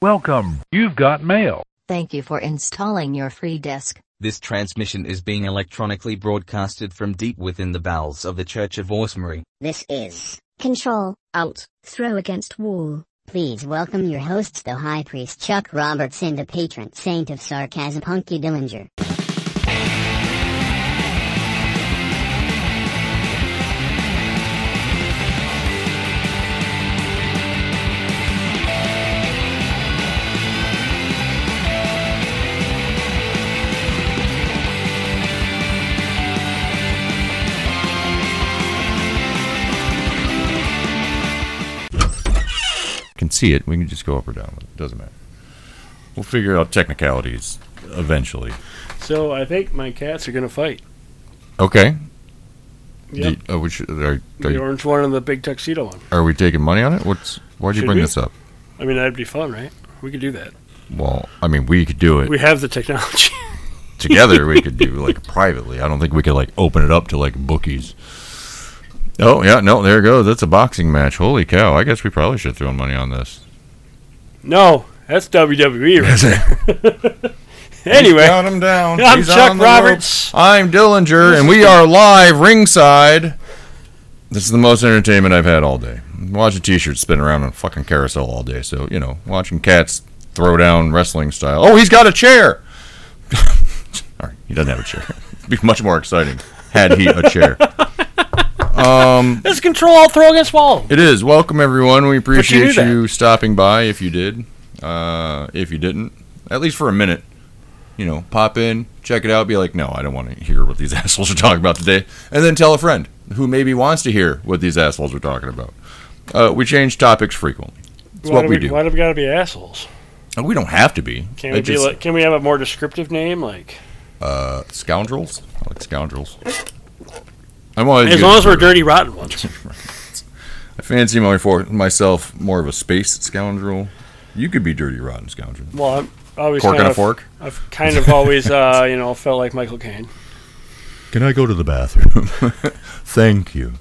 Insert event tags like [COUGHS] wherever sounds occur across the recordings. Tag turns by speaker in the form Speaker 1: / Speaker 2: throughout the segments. Speaker 1: Welcome. You've got mail.
Speaker 2: Thank you for installing your free disk.
Speaker 3: This transmission is being electronically broadcasted from deep within the bowels of the Church of Orsemary.
Speaker 4: This is.
Speaker 5: Control, Alt, Throw Against Wall.
Speaker 4: Please welcome your hosts, the High Priest Chuck Roberts and the patron saint of sarcasm, Hunky Dillinger.
Speaker 6: can see it. We can just go up or down with it. Doesn't matter. We'll figure out technicalities eventually.
Speaker 7: So I think my cats are gonna fight.
Speaker 6: Okay.
Speaker 7: Yep.
Speaker 6: Do- uh, which- are, are,
Speaker 7: The orange one and the big tuxedo one.
Speaker 6: are we taking money on it? What's why'd you
Speaker 7: Should
Speaker 6: bring
Speaker 7: we?
Speaker 6: this up?
Speaker 7: I mean, that'd be fun, right? We could do that.
Speaker 6: Well, I mean, we could do it
Speaker 7: We have the technology. [LAUGHS]
Speaker 6: together. we could do like privately. I don't think we could like open it up to like bookies. Oh yeah, no, there it goes. That's a boxing match. Holy cow! I guess we probably should throw money on this.
Speaker 7: no, that's WWE. Right? [LAUGHS] anyway,
Speaker 6: Count 'em down.
Speaker 7: [LAUGHS] I'm
Speaker 6: He's
Speaker 7: Chuck
Speaker 6: on the
Speaker 7: Roberts.
Speaker 6: rope. I'm Dillinger, and we are live ringside. This is the most entertainment I've had all day. Watching t-shirts spin around on a fucking carousel all day. So you know, watching cats throw down wrestling style. Oh, he's got a chair. [LAUGHS] all right, he doesn't have a chair. [LAUGHS] It'd be much more exciting had he a chair.
Speaker 7: let's control all throw against wall.
Speaker 6: It is. Welcome everyone. We
Speaker 7: you knew
Speaker 6: appreciate you,
Speaker 7: that.
Speaker 6: stopping by. If you did, uh, if you didn't, at least for a minute, you know, pop in, check it out, be like, no, I don't want to hear what these [LAUGHS] assholes are talking about today, and then tell a friend who maybe wants to hear what these assholes are talking about. Uh, we change topics frequently. It's
Speaker 7: why
Speaker 6: what
Speaker 7: do
Speaker 6: we,
Speaker 7: we,
Speaker 6: do.
Speaker 7: Why do we gotta be assholes?
Speaker 6: Uh, We don't have to be.
Speaker 7: Can
Speaker 6: I
Speaker 7: we be
Speaker 6: just-
Speaker 7: like? Can we have a more descriptive name? Like,
Speaker 6: uh, scoundrels? I like scoundrels. I'm always
Speaker 7: as
Speaker 6: good
Speaker 7: long as
Speaker 6: for-
Speaker 7: we're dirty, rotten ones.
Speaker 6: I fancy my for, myself more of a space scoundrel. You could be dirty, rotten scoundrel.
Speaker 7: Well, I'm always
Speaker 6: Cork
Speaker 7: kind
Speaker 6: on a
Speaker 7: of-
Speaker 6: fork?
Speaker 7: I've kind of always, uh, [LAUGHS] you know, felt like Michael Caine.
Speaker 6: Can I go to the bathroom? [LAUGHS] Thank you.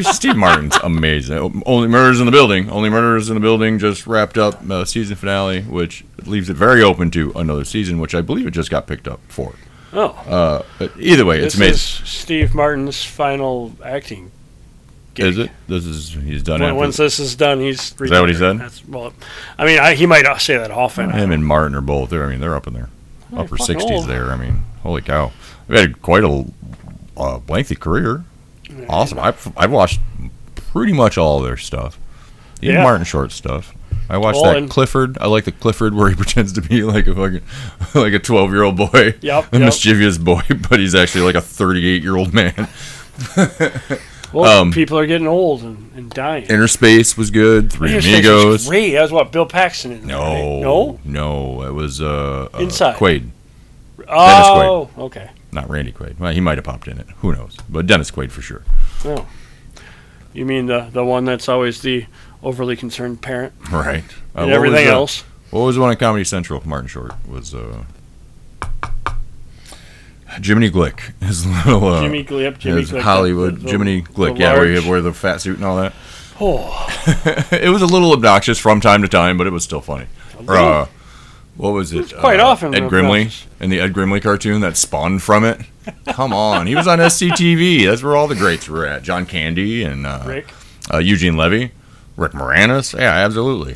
Speaker 6: Steve Martin's amazing. Only Murders in the Building. Only Murders in the Building just wrapped up uh, season finale, which leaves it very open to another season, which I believe it just got picked up for.
Speaker 7: Oh,
Speaker 6: Uh, but either way, it's
Speaker 7: this
Speaker 6: amazing.
Speaker 7: is Steve Martin's final acting. gig.
Speaker 6: Is it? This is he's done
Speaker 7: When-
Speaker 6: after
Speaker 7: once this is done, he's. Is
Speaker 6: that what he said?
Speaker 7: That's, well, I mean, I, he might not say that often.
Speaker 6: Him and Martin are both there. I mean, they're up in their upper
Speaker 7: fucking
Speaker 6: sixties.
Speaker 7: old.
Speaker 6: There. I mean, holy cow! They've had quite a uh, lengthy career. Awesome. I've, I've watched pretty much all their stuff. Even
Speaker 7: Yeah.
Speaker 6: Martin Short stuff. I watched
Speaker 7: Well,
Speaker 6: that
Speaker 7: and-
Speaker 6: Clifford. I like the Clifford where he [LAUGHS] pretends to be like a fucking like a twelve year old boy, [LAUGHS] a
Speaker 7: Yep, yep.
Speaker 6: mischievous boy, [LAUGHS] but he's actually like a thirty eight year old man. [LAUGHS]
Speaker 7: Well,
Speaker 6: um,
Speaker 7: people are getting old and, and dying.
Speaker 6: Interspace was good. Three
Speaker 7: Interspace was
Speaker 6: Amigos.
Speaker 7: Great. That was what Bill Paxton. In
Speaker 6: No,
Speaker 7: Right? No.
Speaker 6: no, it was uh, uh
Speaker 7: Inside.
Speaker 6: Quaid,
Speaker 7: Oh, okay.
Speaker 6: not Randy Quaid. Well, he might have popped in it. Who knows? But Dennis Quaid for
Speaker 7: [LAUGHS]
Speaker 6: sure.
Speaker 7: No. You mean the the one that's always the overly concerned parent
Speaker 6: Right. Uh, what
Speaker 7: and
Speaker 6: was
Speaker 7: everything
Speaker 6: the-
Speaker 7: else?
Speaker 6: What was the one on Comedy Central? Martin Short was uh, Jiminy Glick. His [LAUGHS] little uh,
Speaker 7: Jimmy Glick. Jimmy
Speaker 6: his
Speaker 7: Glick.
Speaker 6: Hollywood
Speaker 7: the- the-
Speaker 6: Jiminy
Speaker 7: the
Speaker 6: Glick. yeah, where
Speaker 7: large-
Speaker 6: he wore the fat suit and all that. [LAUGHS]
Speaker 7: Oh,
Speaker 6: it was a little obnoxious from time to time, but it was still funny. Or,
Speaker 7: little.
Speaker 6: uh, what was it?
Speaker 7: quite
Speaker 6: Uh,
Speaker 7: often
Speaker 6: Ed
Speaker 7: obnoxious.
Speaker 6: Grimley and the Ed Grimley cartoon that spawned from
Speaker 7: [LAUGHS]
Speaker 6: it. Come on, he was on SCTV. That's where all the greats were at. John Candy and uh,
Speaker 7: Rick.
Speaker 6: uh, Eugene Levy, Rick Moranis. Yeah, absolutely.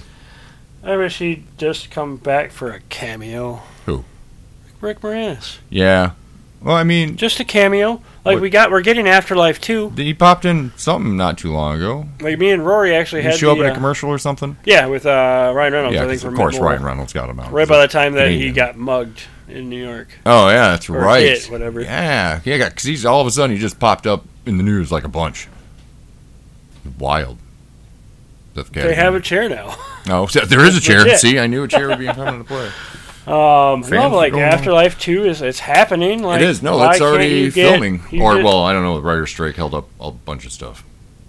Speaker 7: I wish he'd just come back for a cameo.
Speaker 6: Who?
Speaker 7: Rick Moranis.
Speaker 6: Yeah. Well, I mean,
Speaker 7: Just a cameo. Like
Speaker 6: What-
Speaker 7: we got, we're getting Afterlife too.
Speaker 6: He popped in something not too long ago.
Speaker 7: Like me and Rory actually
Speaker 6: Did he
Speaker 7: had
Speaker 6: show up
Speaker 7: the,
Speaker 6: in a
Speaker 7: uh,
Speaker 6: commercial or something?
Speaker 7: Yeah, with uh, Ryan Reynolds.
Speaker 6: yeah,
Speaker 7: I think
Speaker 6: 'cause of
Speaker 7: for
Speaker 6: course
Speaker 7: Memorial.
Speaker 6: Ryan Reynolds got him out.
Speaker 7: Right by the time that he
Speaker 6: Canadian.
Speaker 7: got mugged in New York.
Speaker 6: Oh yeah, that's
Speaker 7: Or
Speaker 6: right.
Speaker 7: it, whatever.
Speaker 6: Yeah, yeah, because he's all of a sudden he just popped up in the news like a bunch. Wild. Death
Speaker 7: They have a chair now.
Speaker 6: No, so [LAUGHS] there is a chair.
Speaker 7: Legit.
Speaker 6: See, I knew a chair would be coming into play.
Speaker 7: Um,
Speaker 6: Fans
Speaker 7: no,
Speaker 6: are
Speaker 7: like
Speaker 6: going
Speaker 7: Afterlife Two is it's happening.
Speaker 6: [LAUGHS]
Speaker 7: Like
Speaker 6: it is. No,
Speaker 7: why
Speaker 6: that's
Speaker 7: can't
Speaker 6: already
Speaker 7: you get-
Speaker 6: filming.
Speaker 7: you
Speaker 6: Or
Speaker 7: did-
Speaker 6: well, I don't know. The writer's strike held up a bunch of stuff.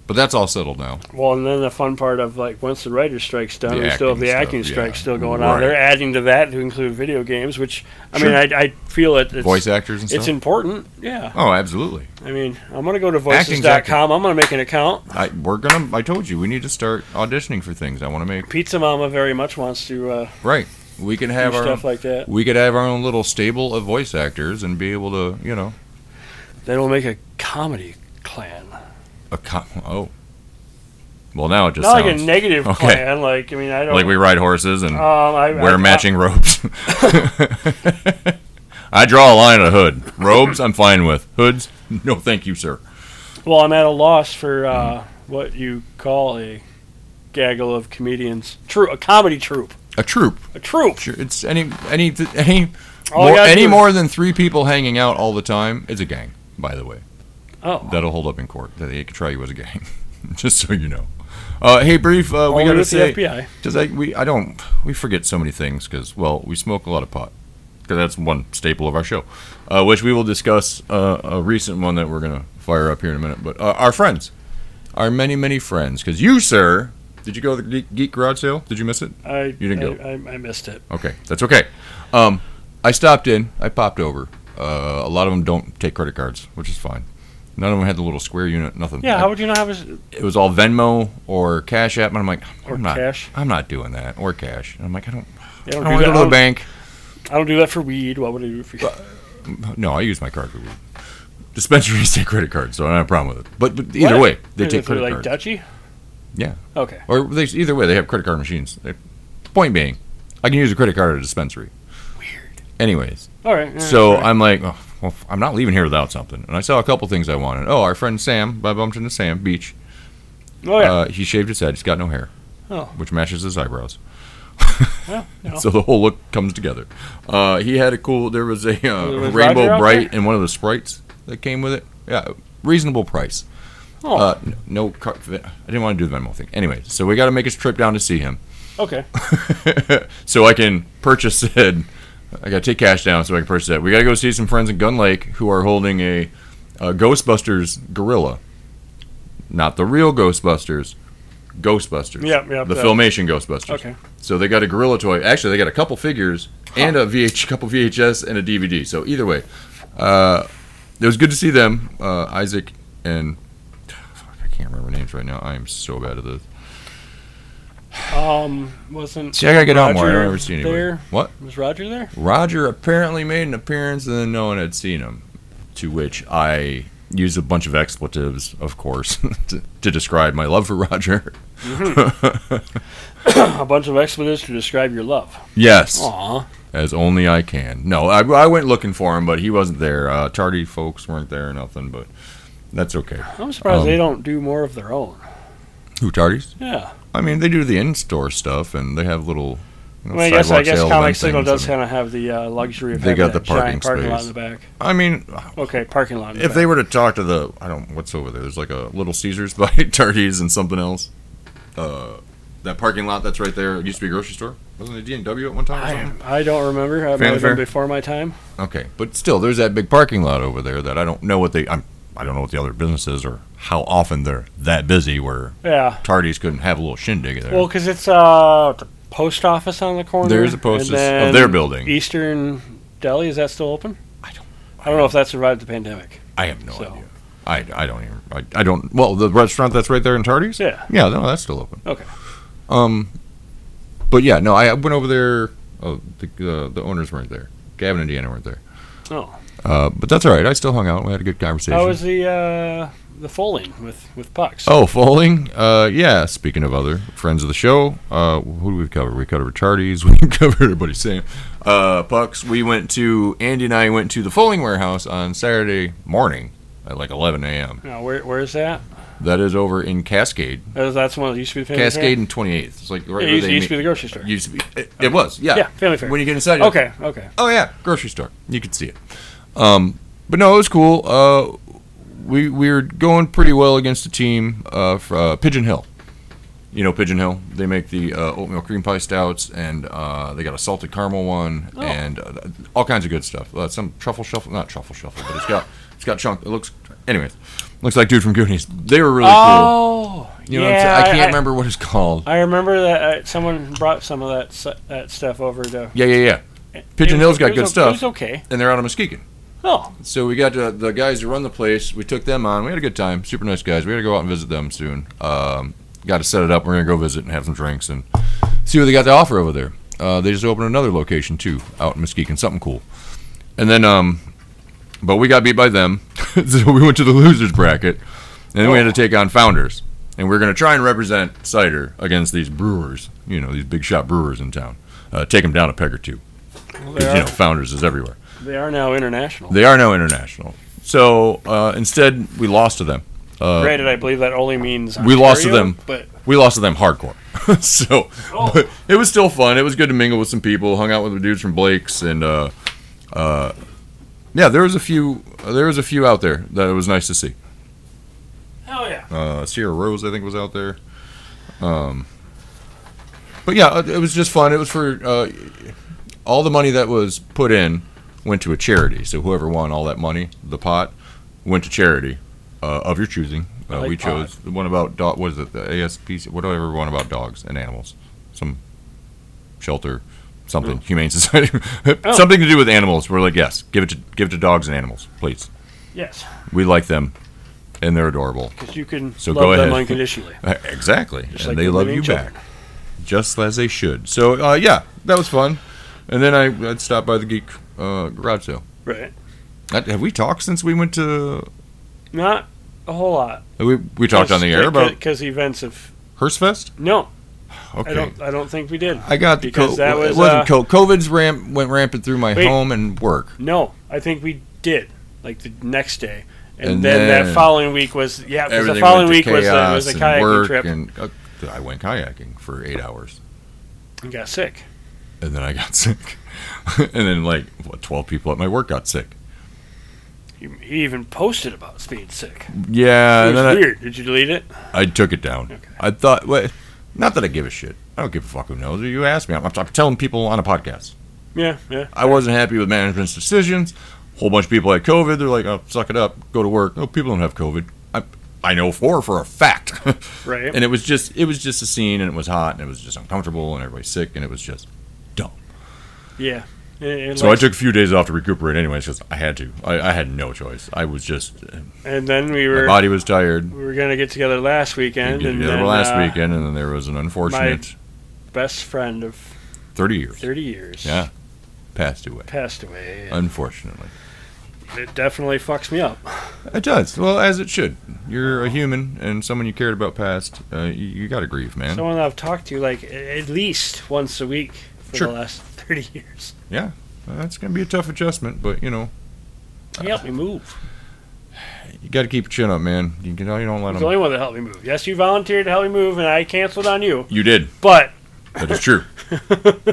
Speaker 6: But that's all settled now.
Speaker 7: Well, and then the fun part of like once the writers' strike's done,
Speaker 6: The
Speaker 7: we still
Speaker 6: acting
Speaker 7: have the
Speaker 6: stuff,
Speaker 7: acting
Speaker 6: yeah.
Speaker 7: strike still going on.
Speaker 6: Right.
Speaker 7: They're adding to that to include video games, which I
Speaker 6: Sure.
Speaker 7: mean, I, I feel it. It's,
Speaker 6: Voice actors and
Speaker 7: It's
Speaker 6: stuff.
Speaker 7: important. Yeah.
Speaker 6: oh, absolutely.
Speaker 7: I mean, I'm gonna go to
Speaker 6: Acting's
Speaker 7: voices.com. I'm gonna make an account.
Speaker 6: I we're gonna. I told you we need to start auditioning for things. I want to make
Speaker 7: Pizza Mama very much wants to uh,
Speaker 6: right. We can
Speaker 7: do
Speaker 6: have our
Speaker 7: stuff like that.
Speaker 6: we could have our own little stable of voice actors and be able to you know
Speaker 7: Then we'll make a comedy clan,
Speaker 6: a com- oh. Well, now it just
Speaker 7: not like a
Speaker 6: sounds
Speaker 7: negative
Speaker 6: Okay.
Speaker 7: clan. Like I mean, I don't
Speaker 6: like we ride horses and
Speaker 7: Um, I,
Speaker 6: wear
Speaker 7: I, [LAUGHS]
Speaker 6: matching robes. [LAUGHS] I draw a line at a hood. Robes, I'm fine with. Hoods, no, thank you, sir.
Speaker 7: well, I'm at a loss for uh,
Speaker 6: Mm-hmm.
Speaker 7: what you call a gaggle of comedians. True, a comedy troupe.
Speaker 6: A troop.
Speaker 7: A troupe.
Speaker 6: Sure, It's any any any
Speaker 7: All you
Speaker 6: more,
Speaker 7: gotta
Speaker 6: any
Speaker 7: do is-
Speaker 6: more than three people hanging out all the time is a gang. By the way,
Speaker 7: Oh.
Speaker 6: that'll hold up in court. That they could try you as a gang, [LAUGHS] just so you know. Uh, hey, brief. Uh, we
Speaker 7: Only
Speaker 6: gotta
Speaker 7: Oh, with
Speaker 6: say
Speaker 7: the FBI.
Speaker 6: because I we I don't we forget so many things because well we smoke a lot of pot because that's one staple of our show, uh, which we will discuss uh, a recent one that we're gonna fire up here in a minute. But uh, our friends, our many many friends, because you sir, did you go to the Geek, Geek Garage Sale? Did you miss it?
Speaker 7: I,
Speaker 6: didn't go.
Speaker 7: I, I, I missed it.
Speaker 6: Okay, that's okay. Um, I stopped in. I popped over. Uh, a lot of them don't take credit cards, which is fine. None of them had the little square unit. Nothing.
Speaker 7: Yeah,
Speaker 6: I-
Speaker 7: how would you not have a
Speaker 6: it was all Venmo or Cash App, and I'm like, I'm
Speaker 7: Or
Speaker 6: not.
Speaker 7: cash.
Speaker 6: I'm not doing that or cash. And I'm like, I don't.
Speaker 7: I
Speaker 6: I
Speaker 7: don't,
Speaker 6: don't
Speaker 7: do
Speaker 6: want to go
Speaker 7: that. I
Speaker 6: to the
Speaker 7: don't,
Speaker 6: bank.
Speaker 7: I don't do that for weed. What would I do for you? [LAUGHS]
Speaker 6: No, I use my card for weed. [LAUGHS] Dispensaries take credit cards, so I don't have a problem with it. But, but either
Speaker 7: What?
Speaker 6: way, they
Speaker 7: Is
Speaker 6: take
Speaker 7: it for,
Speaker 6: credit
Speaker 7: like
Speaker 6: cards.
Speaker 7: Dutchy?
Speaker 6: Yeah.
Speaker 7: Okay.
Speaker 6: Or they, either way, they have credit card machines. They- point being, I can use a credit card at a dispensary.
Speaker 7: Weird.
Speaker 6: Anyways,
Speaker 7: All right. yeah,
Speaker 6: so
Speaker 7: all right.
Speaker 6: I'm like, oh, well, I'm not leaving here without something. And I saw a couple things I wanted. Oh, our friend Sam, I bumped into Sam Beach.
Speaker 7: oh yeah.
Speaker 6: Uh, he shaved his head. He's got no hair,
Speaker 7: Oh.
Speaker 6: which matches his eyebrows. [LAUGHS]
Speaker 7: Well, you know.
Speaker 6: So the whole look comes together. Uh, he had a cool. There was a uh,
Speaker 7: There was
Speaker 6: rainbow
Speaker 7: Roger out
Speaker 6: bright and one of the sprites that came with it. Yeah, reasonable price.
Speaker 7: Oh,
Speaker 6: Uh, n- no, car- I didn't want to do the Venmo thing. Anyway, so we got to make his trip down to see him,
Speaker 7: okay.
Speaker 6: [LAUGHS] so I can purchase said. I got to take cash down so I can purchase that. We got to go see some friends in Gun Lake who are holding a, a Ghostbusters gorilla, not the real Ghostbusters, Ghostbusters.
Speaker 7: Yep, yep,
Speaker 6: The
Speaker 7: that-
Speaker 6: filmation Ghostbusters.
Speaker 7: Okay.
Speaker 6: So they got a gorilla toy. Actually, they got a couple figures and a VH, couple VHS and a DVD. So either way, uh, it was good to see them, uh, Isaac and [SIGHS] fuck, I can't remember names right now. I am so bad at this.
Speaker 7: Um, wasn't
Speaker 6: See, I gotta get out more. I
Speaker 7: Roger
Speaker 6: don't ever see anybody.
Speaker 7: there?
Speaker 6: What?
Speaker 7: Was Roger there?
Speaker 6: Roger apparently made an appearance and then no one had seen him. To which I used a bunch of expletives, of course, [LAUGHS] to, to describe my love for Roger.
Speaker 7: A bunch of expletives to describe your love.
Speaker 6: yes.
Speaker 7: Aw.
Speaker 6: as only I can. No, I, I went looking for him, but he wasn't there. Uh, tardy folks weren't there or nothing, but that's okay.
Speaker 7: I'm surprised
Speaker 6: Um,
Speaker 7: they don't do more of their own.
Speaker 6: Who tardies?
Speaker 7: Yeah.
Speaker 6: I mean, they do the in-store stuff, and they have little. You know,
Speaker 7: I mean, I guess I
Speaker 6: sidewalk
Speaker 7: guess
Speaker 6: sale
Speaker 7: Comic
Speaker 6: event
Speaker 7: Signal
Speaker 6: things
Speaker 7: does
Speaker 6: and-
Speaker 7: kind of have the uh, luxury of
Speaker 6: They
Speaker 7: having
Speaker 6: got
Speaker 7: that
Speaker 6: the parking
Speaker 7: giant parking lot in
Speaker 6: space.
Speaker 7: the back.
Speaker 6: I mean,
Speaker 7: Okay, parking lot. In the
Speaker 6: if
Speaker 7: back.
Speaker 6: they were to talk to the, I don't what's over there. There's like a Little Caesars [LAUGHS] by Tardies and something else. Uh, that parking lot that's right there it used to be a grocery store. Wasn't it D and W at one time? Or something?
Speaker 7: I, I don't remember. I might have
Speaker 6: Fanfare?
Speaker 7: been before my time.
Speaker 6: Okay, but still, there's that big parking lot over there that I don't know what they. I'm, I don't know what the other business is or how often they're that busy where
Speaker 7: Yeah.
Speaker 6: Tardies couldn't have a little shindig there.
Speaker 7: Well, because it's uh, the post office on the corner.
Speaker 6: There is a post
Speaker 7: and
Speaker 6: office of
Speaker 7: then
Speaker 6: their building.
Speaker 7: Eastern Deli is that still open?
Speaker 6: I don't-
Speaker 7: I don't know if that survived the pandemic.
Speaker 6: I have no
Speaker 7: so-
Speaker 6: idea. I, I don't even. I, I don't. Well, the restaurant that's right there in Tardies.
Speaker 7: Yeah.
Speaker 6: Yeah, no, that's still open.
Speaker 7: Okay.
Speaker 6: Um, but yeah, no, I went over there. Oh, the uh, the owners weren't there. Gavin and Deanna weren't there.
Speaker 7: Oh,
Speaker 6: Uh, but that's all right. I still hung out. We had a good conversation.
Speaker 7: how was the uh, the foaling with with pucks?
Speaker 6: Oh, Folling. Uh, yeah. Speaking of other friends of the show, uh, who do we cover? We covered Tardies. [LAUGHS] We covered everybody. Sam, uh, Pucks. We went to Andy and I went to the Folling warehouse on Saturday morning at like 11 a.m.
Speaker 7: Now, where where is that?
Speaker 6: That is over in Cascade.
Speaker 7: Uh, That's one that used to be the family
Speaker 6: Cascade and 28th. It's like right
Speaker 7: Fair?
Speaker 6: where
Speaker 7: It used,
Speaker 6: they
Speaker 7: used to be the
Speaker 6: meet-
Speaker 7: grocery store.
Speaker 6: used to be. It, it was. Yeah.
Speaker 7: Yeah, Family Fair.
Speaker 6: When you get inside, you're like,
Speaker 7: Okay. Okay.
Speaker 6: Oh yeah, grocery store. You could see it. Um, but no, it was cool. Uh, we we were going pretty well against a team uh, fr- uh, Pigeon Hill. You know Pigeon Hill. They make the uh, oatmeal cream pie stouts, and uh, they got a salted caramel one,
Speaker 7: Oh.
Speaker 6: and uh, all kinds of good stuff. Uh, some truffle shuffle, not truffle shuffle, but it's got it's got chunk. It looks Anyways, looks like dude from Goonies. They were really cool.
Speaker 7: oh,
Speaker 6: You know,
Speaker 7: yeah,
Speaker 6: what I'm saying? I can't remember what it's called.
Speaker 7: I remember that uh, someone brought some of that s- that stuff over to
Speaker 6: yeah, yeah, yeah. Pigeon
Speaker 7: It
Speaker 6: Hill's
Speaker 7: was-
Speaker 6: got
Speaker 7: it was
Speaker 6: good
Speaker 7: o- It
Speaker 6: stuff,
Speaker 7: was okay.
Speaker 6: and they're out of Muskegon.
Speaker 7: Oh,
Speaker 6: So we got uh, the guys who run the place. We took them on. We had a good time. Super nice guys. We got to go out and visit them soon. Um, got to set it up. We're gonna go visit and have some drinks and see what they got to offer over there. Uh, they just opened another location too, out in Muskegon. Something cool. And then, um, but we got beat by them, [LAUGHS] so we went to the losers bracket, and then we had to take on Founders. And we're gonna try and represent cider against these brewers. You know, these big shot brewers in town. Uh, take them down a peg or two. 'Cause,
Speaker 7: they
Speaker 6: You
Speaker 7: are,
Speaker 6: know, Founders is everywhere.
Speaker 7: they are now international.
Speaker 6: They are now international. So uh, instead, we lost to them. Uh,
Speaker 7: Granted, I believe that only means
Speaker 6: we lost to
Speaker 7: Ontario,
Speaker 6: them.
Speaker 7: But
Speaker 6: we lost to them hardcore. [LAUGHS] so
Speaker 7: Oh.
Speaker 6: but it was still fun. It was good to mingle with some people. Hung out with the dudes from Blake's and uh, uh, yeah, there was a few. There was a few out there that it was nice to see.
Speaker 7: hell oh, yeah,
Speaker 6: Uh, Sierra Rose, I think, was out there. Um, but yeah, uh, it it was just fun. It was for uh, all the money that was put in went to a charity. So whoever won all that money, the pot, went to charity uh, of your choosing. Uh,
Speaker 7: like
Speaker 6: we
Speaker 7: pot.
Speaker 6: chose the one about dog. What is it? The ASPC. Whatever one about dogs and animals. Some shelter, something
Speaker 7: Oh.
Speaker 6: humane society, [LAUGHS] something to do with animals. We're like, yes, give it to give it to dogs and animals, please.
Speaker 7: yes,
Speaker 6: We like them, and they're adorable.
Speaker 7: because you can
Speaker 6: So
Speaker 7: love
Speaker 6: go
Speaker 7: them
Speaker 6: ahead. [LAUGHS]
Speaker 7: unconditionally.
Speaker 6: Uh, Exactly. and
Speaker 7: like
Speaker 6: they
Speaker 7: the
Speaker 6: love
Speaker 7: living
Speaker 6: you
Speaker 7: children.
Speaker 6: back. Just as they should. So, uh, yeah, that was fun. And then I, I'd stop by the Geek uh, Garage Sale.
Speaker 7: Right?
Speaker 6: That- have we talked since we went to.
Speaker 7: Not a whole lot.
Speaker 6: We, we talked on the air about
Speaker 7: because events have
Speaker 6: Hearstfest?
Speaker 7: no. I
Speaker 6: Okay.
Speaker 7: don't. I don't think we did.
Speaker 6: I, got the
Speaker 7: because
Speaker 6: co-
Speaker 7: that was,
Speaker 6: it wasn't
Speaker 7: uh,
Speaker 6: co- COVID's ramp went rampant through my
Speaker 7: Wait.
Speaker 6: home and work.
Speaker 7: No, I think we did. Like the next day, and,
Speaker 6: And
Speaker 7: then,
Speaker 6: then
Speaker 7: that following week was yeah. 'cause the
Speaker 6: Everything
Speaker 7: following
Speaker 6: went
Speaker 7: week
Speaker 6: to
Speaker 7: was the,
Speaker 6: chaos
Speaker 7: was the
Speaker 6: and
Speaker 7: kayaking
Speaker 6: work
Speaker 7: trip. And,
Speaker 6: And, uh, I went kayaking for eight hours,
Speaker 7: got sick.
Speaker 6: and then I got [LAUGHS] sick, and then like what twelve people at my work got sick.
Speaker 7: He, he even posted about us being sick.
Speaker 6: Yeah,
Speaker 7: It
Speaker 6: Uh, and then I,
Speaker 7: was weird. Did you delete it?
Speaker 6: I took it down. I thought, wait, not that I give a shit. I don't give a fuck who knows. You asked me. I'm, I'm telling people on a podcast.
Speaker 7: Yeah, yeah.
Speaker 6: I wasn't happy with management's decisions. Whole bunch of people had COVID. They're like, oh, suck it up, go to work. No, people don't have COVID. I, I know four for a fact. [LAUGHS]
Speaker 7: Right.
Speaker 6: and it was just, it was just a scene, and it was hot, and it was just uncomfortable, and everybody's sick, and it was just.
Speaker 7: Yeah. It- it
Speaker 6: So I
Speaker 7: looks-
Speaker 6: took a few days off to recuperate, anyways, because I had to. I, I had no choice. I was just,
Speaker 7: and then we
Speaker 6: my
Speaker 7: were
Speaker 6: body was tired.
Speaker 7: we were gonna get together last
Speaker 6: We
Speaker 7: weekend,
Speaker 6: did
Speaker 7: and
Speaker 6: together
Speaker 7: then,
Speaker 6: last
Speaker 7: uh,
Speaker 6: weekend, and then there was an unfortunate
Speaker 7: best friend of
Speaker 6: thirty years
Speaker 7: thirty years,
Speaker 6: Yeah. passed away.
Speaker 7: passed away.
Speaker 6: Unfortunately.
Speaker 7: It definitely fucks me up.
Speaker 6: It does. Well, as it should. You're a human, and someone you cared about passed. Uh, you, you gotta grieve, man.
Speaker 7: Someone I've talked to like a- at least once a week for
Speaker 6: Sure.
Speaker 7: the last thirty years.
Speaker 6: Uh, That's gonna be a tough adjustment, but you know,
Speaker 7: He helped me move.
Speaker 6: you gotta keep your chin up, man. You can, you don't let
Speaker 7: He's the
Speaker 6: them.
Speaker 7: only one that helped me move. Yes, you volunteered to help me move, and I canceled on you.
Speaker 6: You did.
Speaker 7: But
Speaker 6: That is true.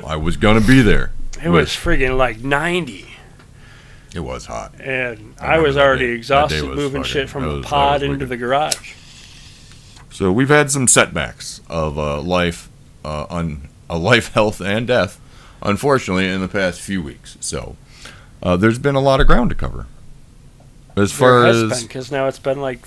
Speaker 6: I was gonna be there.
Speaker 7: it was friggin' like ninety,
Speaker 6: It was hot.
Speaker 7: and
Speaker 6: I
Speaker 7: I,
Speaker 6: remember
Speaker 7: was
Speaker 6: that
Speaker 7: already
Speaker 6: day. That day
Speaker 7: exhausted
Speaker 6: was
Speaker 7: moving
Speaker 6: fucking-
Speaker 7: shit from
Speaker 6: that
Speaker 7: the
Speaker 6: was- that was
Speaker 7: pod into
Speaker 6: wicked.
Speaker 7: the garage.
Speaker 6: So we've had some setbacks of uh, life, uh, on a life, health, and death, unfortunately, in the past few weeks. So uh, there's been a lot of ground to cover. As far as
Speaker 7: because now it's been like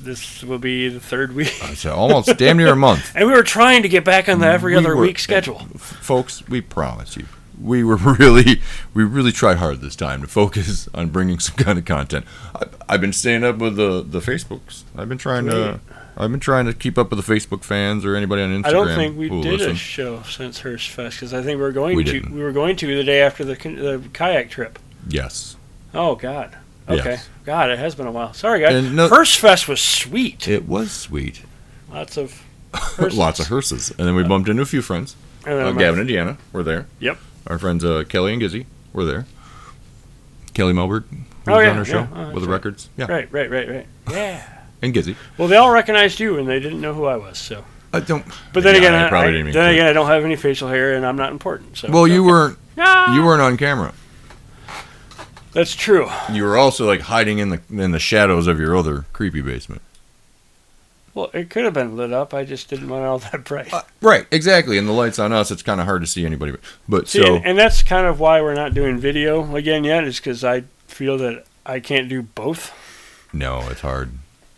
Speaker 7: this will be the third week, [LAUGHS]
Speaker 6: It's almost damn near a month,
Speaker 7: and we were trying to get back on the every
Speaker 6: We
Speaker 7: other
Speaker 6: were-
Speaker 7: week schedule.
Speaker 6: folks. We promise you, we were [LAUGHS] really, we really tried hard this time to focus on bringing some kind of content. I, I've been staying up with the the Facebooks. I've been trying to, I've been trying to keep up with the Facebook fans or anybody on Instagram.
Speaker 7: I don't think we
Speaker 6: who will
Speaker 7: did a
Speaker 6: listen.
Speaker 7: show since Hirschfest because I think we were going
Speaker 6: We
Speaker 7: to.
Speaker 6: didn't.
Speaker 7: We were going to the day after the, k- the kayak trip.
Speaker 6: yes,
Speaker 7: Oh God. Okay.
Speaker 6: Yes.
Speaker 7: God, it has been a while. Sorry, guys.
Speaker 6: And no-
Speaker 7: Hirschfest was sweet.
Speaker 6: it was sweet. [LAUGHS]
Speaker 7: Lots of
Speaker 6: Lots of hearses, and then we bumped into a few friends.
Speaker 7: and then
Speaker 6: Uh,
Speaker 7: my-
Speaker 6: Gavin and Deanna were there.
Speaker 7: Yep.
Speaker 6: Our friends uh, Kelly and Gizzy were there. Kelly Melberg, who
Speaker 7: Oh,
Speaker 6: was
Speaker 7: yeah,
Speaker 6: on our
Speaker 7: yeah,
Speaker 6: show
Speaker 7: oh, that's
Speaker 6: with the
Speaker 7: right.
Speaker 6: records. Yeah,
Speaker 7: Right, right, right, right. Yeah.
Speaker 6: and Gizzy.
Speaker 7: Well, they all recognized you, and they didn't know who I was. So,
Speaker 6: I don't.
Speaker 7: but then
Speaker 6: Yeah,
Speaker 7: again,
Speaker 6: I
Speaker 7: I
Speaker 6: probably
Speaker 7: I-
Speaker 6: didn't even
Speaker 7: then
Speaker 6: click.
Speaker 7: again, I don't have any facial hair, and I'm not important. So,
Speaker 6: Well, you
Speaker 7: were.
Speaker 6: weren't.
Speaker 7: Ah.
Speaker 6: You weren't on camera.
Speaker 7: That's true.
Speaker 6: You were also like hiding in the in the shadows of your other creepy basement.
Speaker 7: Well, it could have been lit up. I just didn't want all [LAUGHS] that bright.
Speaker 6: Uh, right, exactly. And the lights on us, it's kind of hard to see anybody. But
Speaker 7: See,
Speaker 6: so
Speaker 7: and, and that's kind of why we're not doing video again yet, is because I feel that I can't do both.
Speaker 6: No, it's hard.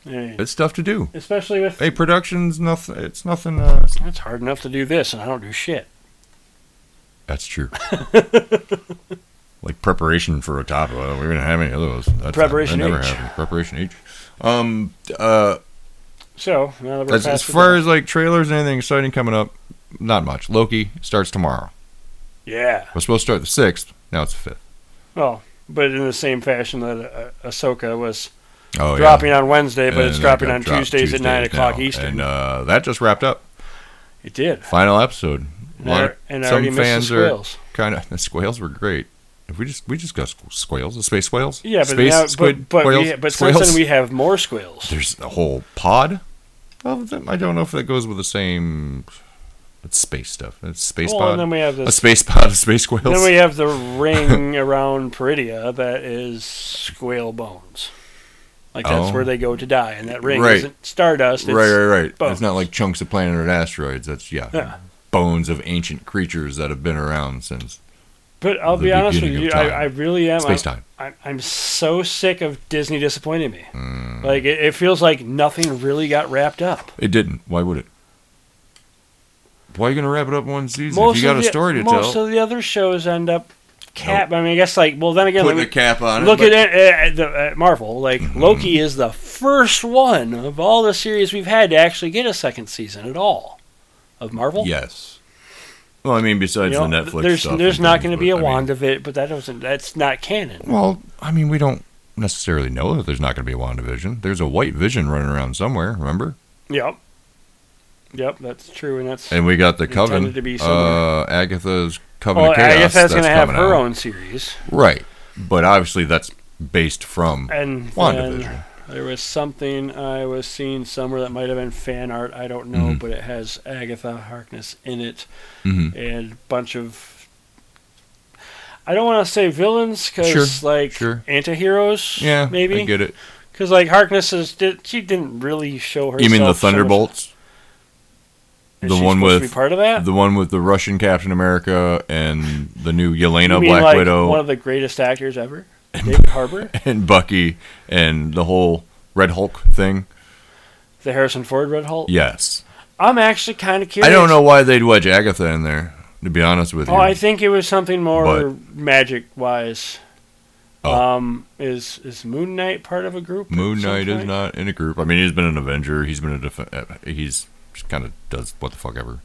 Speaker 7: Hey.
Speaker 6: It's stuff to do.
Speaker 7: Especially with
Speaker 6: Hey, production's nothing. It's nothing. Uh,
Speaker 7: it's hard enough to do this, and I don't do shit.
Speaker 6: that's
Speaker 7: [LAUGHS]
Speaker 6: true. like preparation for a top. Uh, we didn't have any of those. That's not-
Speaker 7: Preparation
Speaker 6: that never
Speaker 7: H.
Speaker 6: happened. Preparation H. Um. Uh.
Speaker 7: So now that we're
Speaker 6: As, as
Speaker 7: past the-
Speaker 6: far as like trailers and anything exciting coming up, not much. Loki starts tomorrow.
Speaker 7: yeah,
Speaker 6: We're supposed to start the sixth. Now it's the fifth.
Speaker 7: well, but in the same fashion that uh, Ahsoka was
Speaker 6: Oh
Speaker 7: dropping on Wednesday, but
Speaker 6: And
Speaker 7: it's
Speaker 6: that
Speaker 7: dropping
Speaker 6: got
Speaker 7: on
Speaker 6: dropped
Speaker 7: Tuesdays, at nine
Speaker 6: Tuesdays
Speaker 7: o'clock
Speaker 6: now.
Speaker 7: Eastern.
Speaker 6: And uh, that just wrapped up.
Speaker 7: it did,
Speaker 6: Final episode. A
Speaker 7: and,
Speaker 6: lot
Speaker 7: I,
Speaker 6: of-
Speaker 7: and I
Speaker 6: some
Speaker 7: already missed
Speaker 6: fans
Speaker 7: the
Speaker 6: are
Speaker 7: squills.
Speaker 6: kind of [LAUGHS] the squales were great. If we just we just got squ- squales, the space whales.
Speaker 7: Yeah, but
Speaker 6: space
Speaker 7: now,
Speaker 6: squid
Speaker 7: but but,
Speaker 6: whales,
Speaker 7: we, but since
Speaker 6: squales. [LAUGHS]
Speaker 7: then we have more squills.
Speaker 6: there's a whole pod of them. I don't know if that goes with the same. It's space stuff. It's space
Speaker 7: Well,
Speaker 6: pod.
Speaker 7: and then we have the
Speaker 6: a space pod of space whales.
Speaker 7: then we
Speaker 6: [LAUGHS]
Speaker 7: have the ring around Peridia that is squale bones. Like that's
Speaker 6: Oh.
Speaker 7: where they go to die, and that ring
Speaker 6: Right.
Speaker 7: isn't stardust. It's,
Speaker 6: right, right, right.
Speaker 7: bones.
Speaker 6: It's not like chunks of planet or asteroids. That's yeah,
Speaker 7: Yeah.
Speaker 6: bones of ancient creatures that have been around since
Speaker 7: But I'll
Speaker 6: the
Speaker 7: be honest with
Speaker 6: beginning
Speaker 7: you,
Speaker 6: of
Speaker 7: I,
Speaker 6: time.
Speaker 7: I really am.
Speaker 6: space
Speaker 7: I'm,
Speaker 6: time.
Speaker 7: I'm, I'm so sick of Disney disappointing me.
Speaker 6: Hmm.
Speaker 7: Like it, it feels like nothing really got wrapped up.
Speaker 6: It didn't. Why would it? Why are you gonna wrap it up in one season? if you got
Speaker 7: of
Speaker 6: a
Speaker 7: the-
Speaker 6: story to
Speaker 7: most
Speaker 6: tell,
Speaker 7: of the other shows end up cap. I mean, I guess like well, then again,
Speaker 6: putting
Speaker 7: like,
Speaker 6: a cap on
Speaker 7: look
Speaker 6: it. Mhm.
Speaker 7: at, uh, at, at, the, at Marvel. Like Loki is the first one of all the series we've had to actually get a second season at all of Marvel.
Speaker 6: yes. Well, I mean,
Speaker 7: You
Speaker 6: besides
Speaker 7: know,
Speaker 6: the
Speaker 7: th-
Speaker 6: Netflix
Speaker 7: there's
Speaker 6: stuff
Speaker 7: there's
Speaker 6: and
Speaker 7: not
Speaker 6: things,
Speaker 7: going to be a
Speaker 6: but, I mean-
Speaker 7: WandaVision, but that doesn't that's not canon.
Speaker 6: Well, I mean, we don't necessarily know that there's not going to be a WandaVision. There's a white vision running around somewhere, remember?
Speaker 7: Yep. Yep, that's true, and that's
Speaker 6: And we got the
Speaker 7: Intended
Speaker 6: Coven.
Speaker 7: to be
Speaker 6: uh,
Speaker 7: somewhere.
Speaker 6: Agatha's Coven
Speaker 7: well,
Speaker 6: of Chaos.
Speaker 7: I guess that's, going to have
Speaker 6: coming
Speaker 7: her
Speaker 6: out.
Speaker 7: own series.
Speaker 6: Right. But obviously, that's based from
Speaker 7: And
Speaker 6: WandaVision.
Speaker 7: then there was something I was seeing somewhere that might have been fan art. I don't
Speaker 6: Mm-hmm.
Speaker 7: know, but it has Agatha Harkness in it
Speaker 6: Mhm.
Speaker 7: and a bunch of. I don't want to say villains because
Speaker 6: Sure,
Speaker 7: like
Speaker 6: sure.
Speaker 7: anti-heroes,
Speaker 6: Yeah, I
Speaker 7: maybe
Speaker 6: get it.
Speaker 7: because like Harkness is did, she didn't really show herself.
Speaker 6: You mean the
Speaker 7: so much-
Speaker 6: Thunderbolts?
Speaker 7: Is
Speaker 6: the
Speaker 7: she
Speaker 6: one
Speaker 7: supposed to
Speaker 6: with-
Speaker 7: be part of that.
Speaker 6: The one with the Russian Captain America and the new
Speaker 7: you
Speaker 6: Yelena
Speaker 7: mean
Speaker 6: Black
Speaker 7: like
Speaker 6: Widow
Speaker 7: one of the greatest
Speaker 6: [LAUGHS]
Speaker 7: actors ever, David Harbour,
Speaker 6: and Bucky and the whole Red Hulk thing?
Speaker 7: the Harrison Ford Red Hulk.
Speaker 6: Yes.
Speaker 7: I'm actually kind of curious.
Speaker 6: I don't know why they'd wedge Agatha in there, to be honest with you.
Speaker 7: Oh, I think it was something more magic wise.
Speaker 6: Oh.
Speaker 7: Um, is is Moon Knight part of a group? at
Speaker 6: Moon
Speaker 7: some
Speaker 6: Knight is
Speaker 7: point?
Speaker 6: not in a group. I mean, he's been an Avenger. He's been a def- uh, he's just kind of does what the fuck ever.